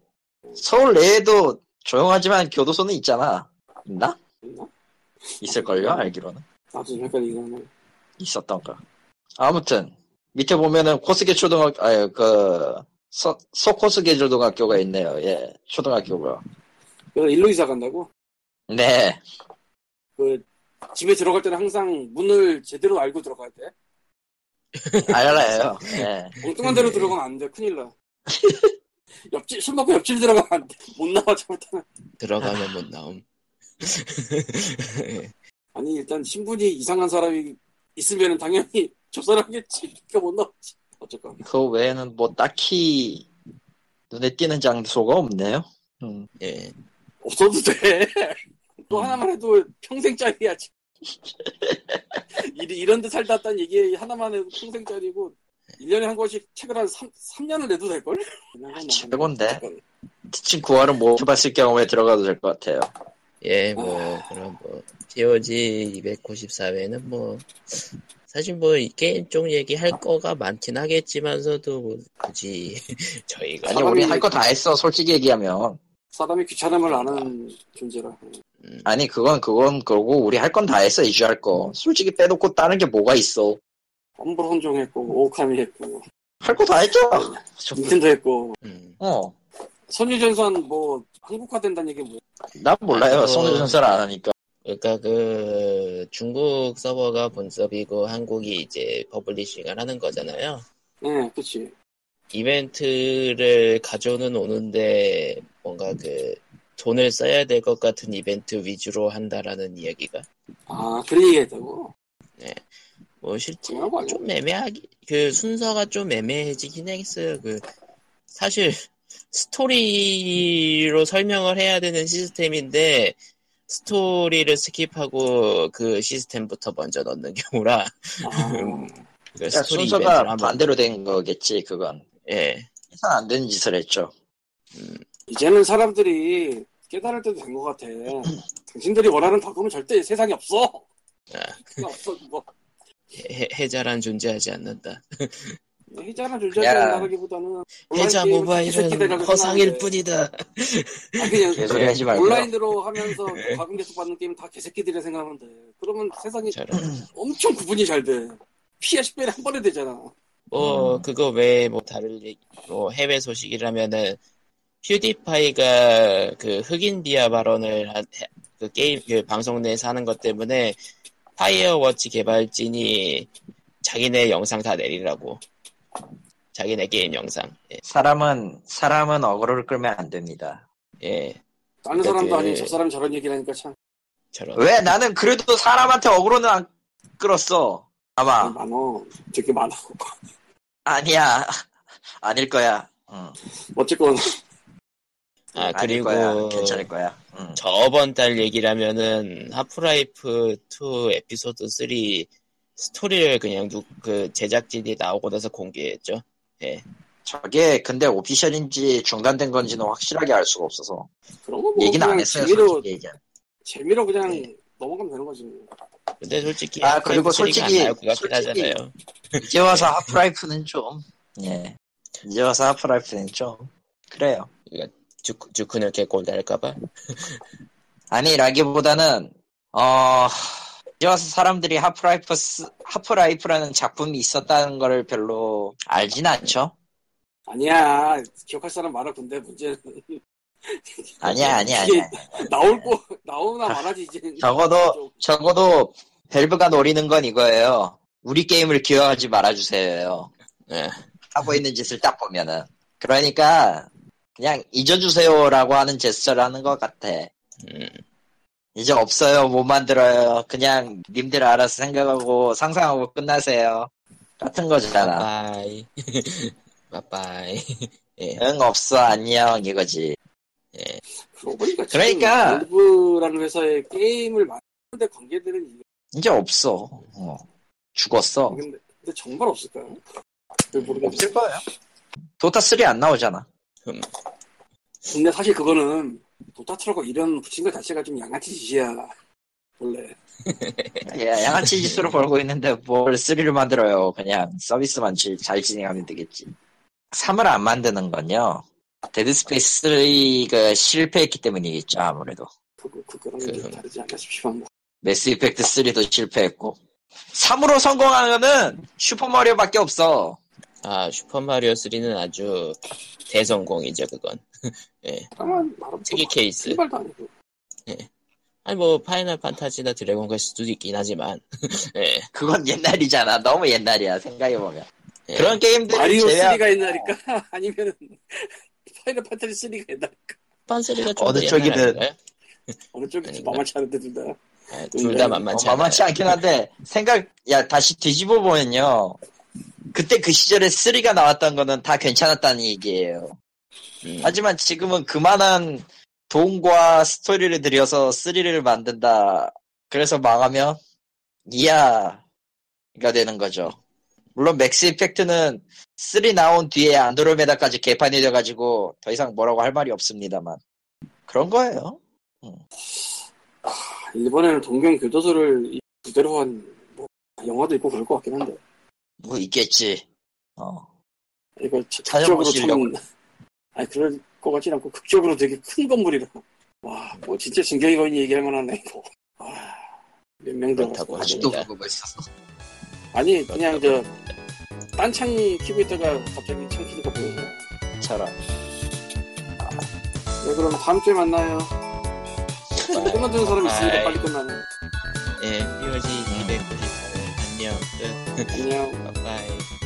Speaker 3: 서울 내에도 조용하지만 교도소는 있잖아. 있나?
Speaker 2: 있나?
Speaker 3: 있을걸요 알기로는
Speaker 2: 나도 좀 약간 이상하네
Speaker 3: 있었던가. 아무튼 밑에 보면은 코스게 초등학교 아그 소코스게 초등학교가 있네요. 예 초등학교가.
Speaker 2: 그래서 일로 이사 간다고?
Speaker 3: 네.
Speaker 2: 그 집에 들어갈 때는 항상 문을 제대로 알고 들어가야 돼
Speaker 3: 알아요. 예.
Speaker 2: 엉뚱한 데로 들어가면 안 돼 큰일 나 옆집 술 먹고 옆집 들어가면 안돼못 나와 잘못하면
Speaker 1: 들어가면 못 나옴.
Speaker 2: 아니 일단 신분이 이상한 사람이 있으면 당연히 저 사람이겠지 그러니까 못 나오지 어쨌건
Speaker 3: 그 외에는 뭐 딱히 눈에 띄는 장소가 없네요. 음.
Speaker 1: 예.
Speaker 2: 없어도 돼. 또 하나만 해도 평생짜리야, 지금. 이, 이런 데 살다 왔다는 얘기 하나만 해도 평생짜리고, 1년에 한 권씩 책을 한 3, 년을 내도 될걸?
Speaker 3: 아,
Speaker 2: 뭐
Speaker 3: 최고인데. 티칭 구하러 못 해봤을 경우에 들어가도 될 것 같아요.
Speaker 1: 예, 뭐, 그럼 뭐, TOG 294회는 뭐, 사실 뭐, 이 게임 쪽 얘기할 거가 많긴 하겠지만서도, 뭐 굳이, 저희가.
Speaker 3: 아니 우리 할 거 다 했어 솔직히 얘기하면.
Speaker 2: 사람이 귀찮음을 안 하는 존재라.
Speaker 3: 아니 그건 그건 그러고 우리 할 건 다 했어 이주할 거 솔직히 빼놓고 다른 게 뭐가 있어
Speaker 2: 엄브로 혼종했고, 오카미 했고,
Speaker 3: 할 거 다 했잖아
Speaker 2: 닌텐도 했고,
Speaker 1: 음,
Speaker 3: 어난
Speaker 2: 선유전선 뭐, 한국화된다는 얘기 뭐,
Speaker 3: 몰라요
Speaker 1: 어.
Speaker 3: 선우전설 안 하니까
Speaker 1: 그러니까 그, 중국 서버가 본섭이고, 한국이 이제 퍼블리싱을 하는 거잖아요.
Speaker 2: 예, 그치.
Speaker 1: 이벤트를 가져오는 오는데, 뭔가 그, 돈을 써야 될 것 같은 이벤트 위주로 한다라는 이야기가.
Speaker 2: 아, 그런 얘기 했다고?
Speaker 1: 뭐 실제
Speaker 2: 그런 거 아니야?
Speaker 1: 좀 애매하기 그 순서가 좀 애매해지긴 했어요. 그 사실 스토리로 설명을 해야 되는 시스템인데 스토리를 스킵하고 그 시스템부터 먼저 넣는 경우라
Speaker 2: 아,
Speaker 1: 그
Speaker 3: 그러니까
Speaker 1: 스토리
Speaker 3: 순서가
Speaker 1: 이벤트를 한번-
Speaker 3: 반대로 된 거겠지 그건
Speaker 1: 예
Speaker 3: 해선 안 되는 짓을 했죠
Speaker 2: 이제는 사람들이 깨달을 때도 된 것 같아. 당신들이 원하는 바꿈은 절대 세상에 없어.
Speaker 1: 아.
Speaker 2: 그게 없어 그거.
Speaker 1: 해, 해자란 존재하지 않는다.
Speaker 2: 해자나 존재하지
Speaker 3: 야.
Speaker 2: 않는다기보다는
Speaker 1: 해자 모바일은 허상일 뿐이다.
Speaker 2: 아, 그냥
Speaker 3: 개소리 하지 말고요
Speaker 2: 온라인으로 하면서 가금 계속 받는 게임 다 개새끼들이라 생각하면 돼. 그러면 세상이
Speaker 1: 저런.
Speaker 2: 엄청 구분이 잘 돼. 피해 10배를 한 번에 되잖아.
Speaker 1: 뭐 그거 외에 뭐 다른 얘기- 뭐 해외 소식이라면은 퓨디파이가 그 흑인 비하 발언을 한, 해- 그 게임 그 방송 내에서 하는 것 때문에 파이어워치 개발진이 자기네 영상 다 내리라고 자기네 게임 영상 예,
Speaker 3: 사람은 사람은 어그로를 끌면 안 됩니다
Speaker 1: 예
Speaker 2: 다른
Speaker 3: 그러니까
Speaker 2: 사람도
Speaker 1: 네.
Speaker 2: 아닌 저 사람이 저런 얘기를 하니까 참
Speaker 1: 저런
Speaker 3: 왜 나는 그래도 사람한테 어그로는 안 끌었어 아마
Speaker 2: 많어. 되게 많아.
Speaker 3: 아니야 아닐 거야 응.
Speaker 2: 어쨌건
Speaker 1: 아
Speaker 3: 아닐
Speaker 1: 그리고
Speaker 3: 거야 괜찮을 거야 응.
Speaker 1: 저번 달 얘기라면은 하프라이프 2 에피소드 3 스토리를 그냥 누, 그 제작진이 나오고 나서 공개했죠.
Speaker 3: 저게 근데 오피셜인지 중단된 건지는 확실하게 알 수가 없어서
Speaker 2: 그런 거뭐
Speaker 3: 얘기는 안
Speaker 2: 그냥
Speaker 3: 했어요
Speaker 2: 재미로
Speaker 3: 솔직히 얘기는.
Speaker 2: 재미로 그냥
Speaker 1: 네.
Speaker 2: 넘어가면 되는 거지.
Speaker 1: 근데 솔직히
Speaker 3: 아,
Speaker 1: 하프라이프
Speaker 3: 그리고
Speaker 1: 3가
Speaker 3: 솔직히-
Speaker 1: 안 나올 것 같긴
Speaker 3: 솔직히-
Speaker 1: 하잖아요.
Speaker 3: 이제 와서 하프라이프는 좀 예. 이제 와서 하프라이프는 좀 그래요
Speaker 1: 주크 주크는 개골 날까봐.
Speaker 3: 아니라기보다는 어 이제 와서 사람들이 하프라이프 하프라이프라는 작품이 있었다는 걸 별로 알진 않죠
Speaker 2: 아니야 기억할 사람 많아 근데 문제는
Speaker 3: 아니야, 아니야,
Speaker 2: 이게
Speaker 3: 아니야. 아니야.
Speaker 2: 나올 거 나오나 말하지 이제
Speaker 3: 적어도, 적어도, 벨브가 노리는 건 이거예요. 우리 게임을 기여하지 말아주세요.
Speaker 1: 예.
Speaker 3: 하고 있는 짓을 딱 보면은. 그러니까, 그냥 잊어주세요라고 하는 제스처라는 것 같아.
Speaker 1: 음.
Speaker 3: 이제 없어요, 못 만들어요. 그냥 님들 알아서 생각하고 상상하고 끝나세요. 같은 거잖아.
Speaker 1: 바이. 바이. 예.
Speaker 3: 응, 없어, 안녕, 이거지.
Speaker 2: 그러고 보니까 지금
Speaker 3: 그러니까.
Speaker 2: 롤브라는 회사의 게임을 만드는데 관계되는 일이
Speaker 3: 이제 없어. 어. 죽었어.
Speaker 2: 근데, 근데 정말 없을까요? 잘 모르겠어요.
Speaker 3: 없을 거예요. 도타3 안 나오잖아.
Speaker 2: 근데 사실 그거는 도타트라고 이런 붙인 것 자체가 좀 양아치 짓이야 원래
Speaker 3: 예, 양아치 지수로 벌고 있는데 뭘 3를 만들어요. 그냥 서비스만 지- 잘 진행하면 되겠지. 3을 안 만드는 건요. 데드스페이스 3가 실패했기 때문이겠죠, 아무래도.
Speaker 2: 그거 그거랑 좀
Speaker 1: 그럼.
Speaker 2: 다르지 뭐, 않나 싶어
Speaker 3: 메스 이펙트 3도 실패했고. 3으로 성공하면은 슈퍼마리오밖에 없어.
Speaker 1: 아, 슈퍼마리오 3는 아주 대성공이죠, 그건.
Speaker 2: 다만 말은
Speaker 1: 특이 케이스.
Speaker 2: 말도 아니고
Speaker 1: 아니, 뭐, 파이널 판타지나 드래곤 퀘스트도 있긴 하지만. 예.
Speaker 3: 그건 옛날이잖아. 너무 옛날이야, 생각해보면.
Speaker 1: 예.
Speaker 3: 그런 게임들이
Speaker 2: 마리오
Speaker 3: 네, 제외하-
Speaker 2: 3가 옛날일까? 아니면 파이널 판타지 3가 옛날일까?
Speaker 1: 빤 3가 좀
Speaker 3: 어느
Speaker 1: 더 옛날
Speaker 3: 쪽이든.
Speaker 1: 아닌가요?
Speaker 2: 어느 쪽인지
Speaker 1: 아닌가?
Speaker 2: 만만치 않은데 둘 다.
Speaker 1: 아, 둘다 만만치
Speaker 3: 어,
Speaker 1: 않아요.
Speaker 3: 만만치 않긴 한데 생각 야 다시 뒤집어 보면요 그때 그 시절에 3가 나왔던 거는 다 괜찮았다는 얘기예요
Speaker 1: 음.
Speaker 3: 하지만 지금은 그만한 돈과 스토리를 들여서 3를 만든다 그래서 망하면 이하가 되는 거죠 물론 맥스 이펙트는 3 나온 뒤에 안드로메다까지 개판이 돼가지고 더 이상 뭐라고 할 말이 없습니다만 그런 거예요
Speaker 2: 일본에는 동경 교도소를 이- 그대로 한 뭐, 영화도 있고 그럴 것 같긴 한데
Speaker 3: 뭐 있겠지 어
Speaker 2: 이걸 자- 극적으로
Speaker 3: 찾아보고 보시려고.
Speaker 2: 참 아니 그럴 것 같진 않고 극적으로 되게 큰 건물이라 와뭐 진짜 진격의 거인 얘기할 만하네 이거 몇명
Speaker 1: 그렇다고
Speaker 2: 들어가고
Speaker 1: 아직도 그거
Speaker 3: 있었어
Speaker 2: 아니 그냥 저 딴창 키고 있다가 갑자기 창 키니까 보여서
Speaker 3: 저런
Speaker 2: 네 그럼 다음 주에 만나요
Speaker 1: 아,
Speaker 2: 끝나는 사람 있으니까
Speaker 1: 바이.
Speaker 2: 빨리 끝나네
Speaker 1: 예, POG 294회 안녕 끝
Speaker 2: 안녕
Speaker 1: 바이바이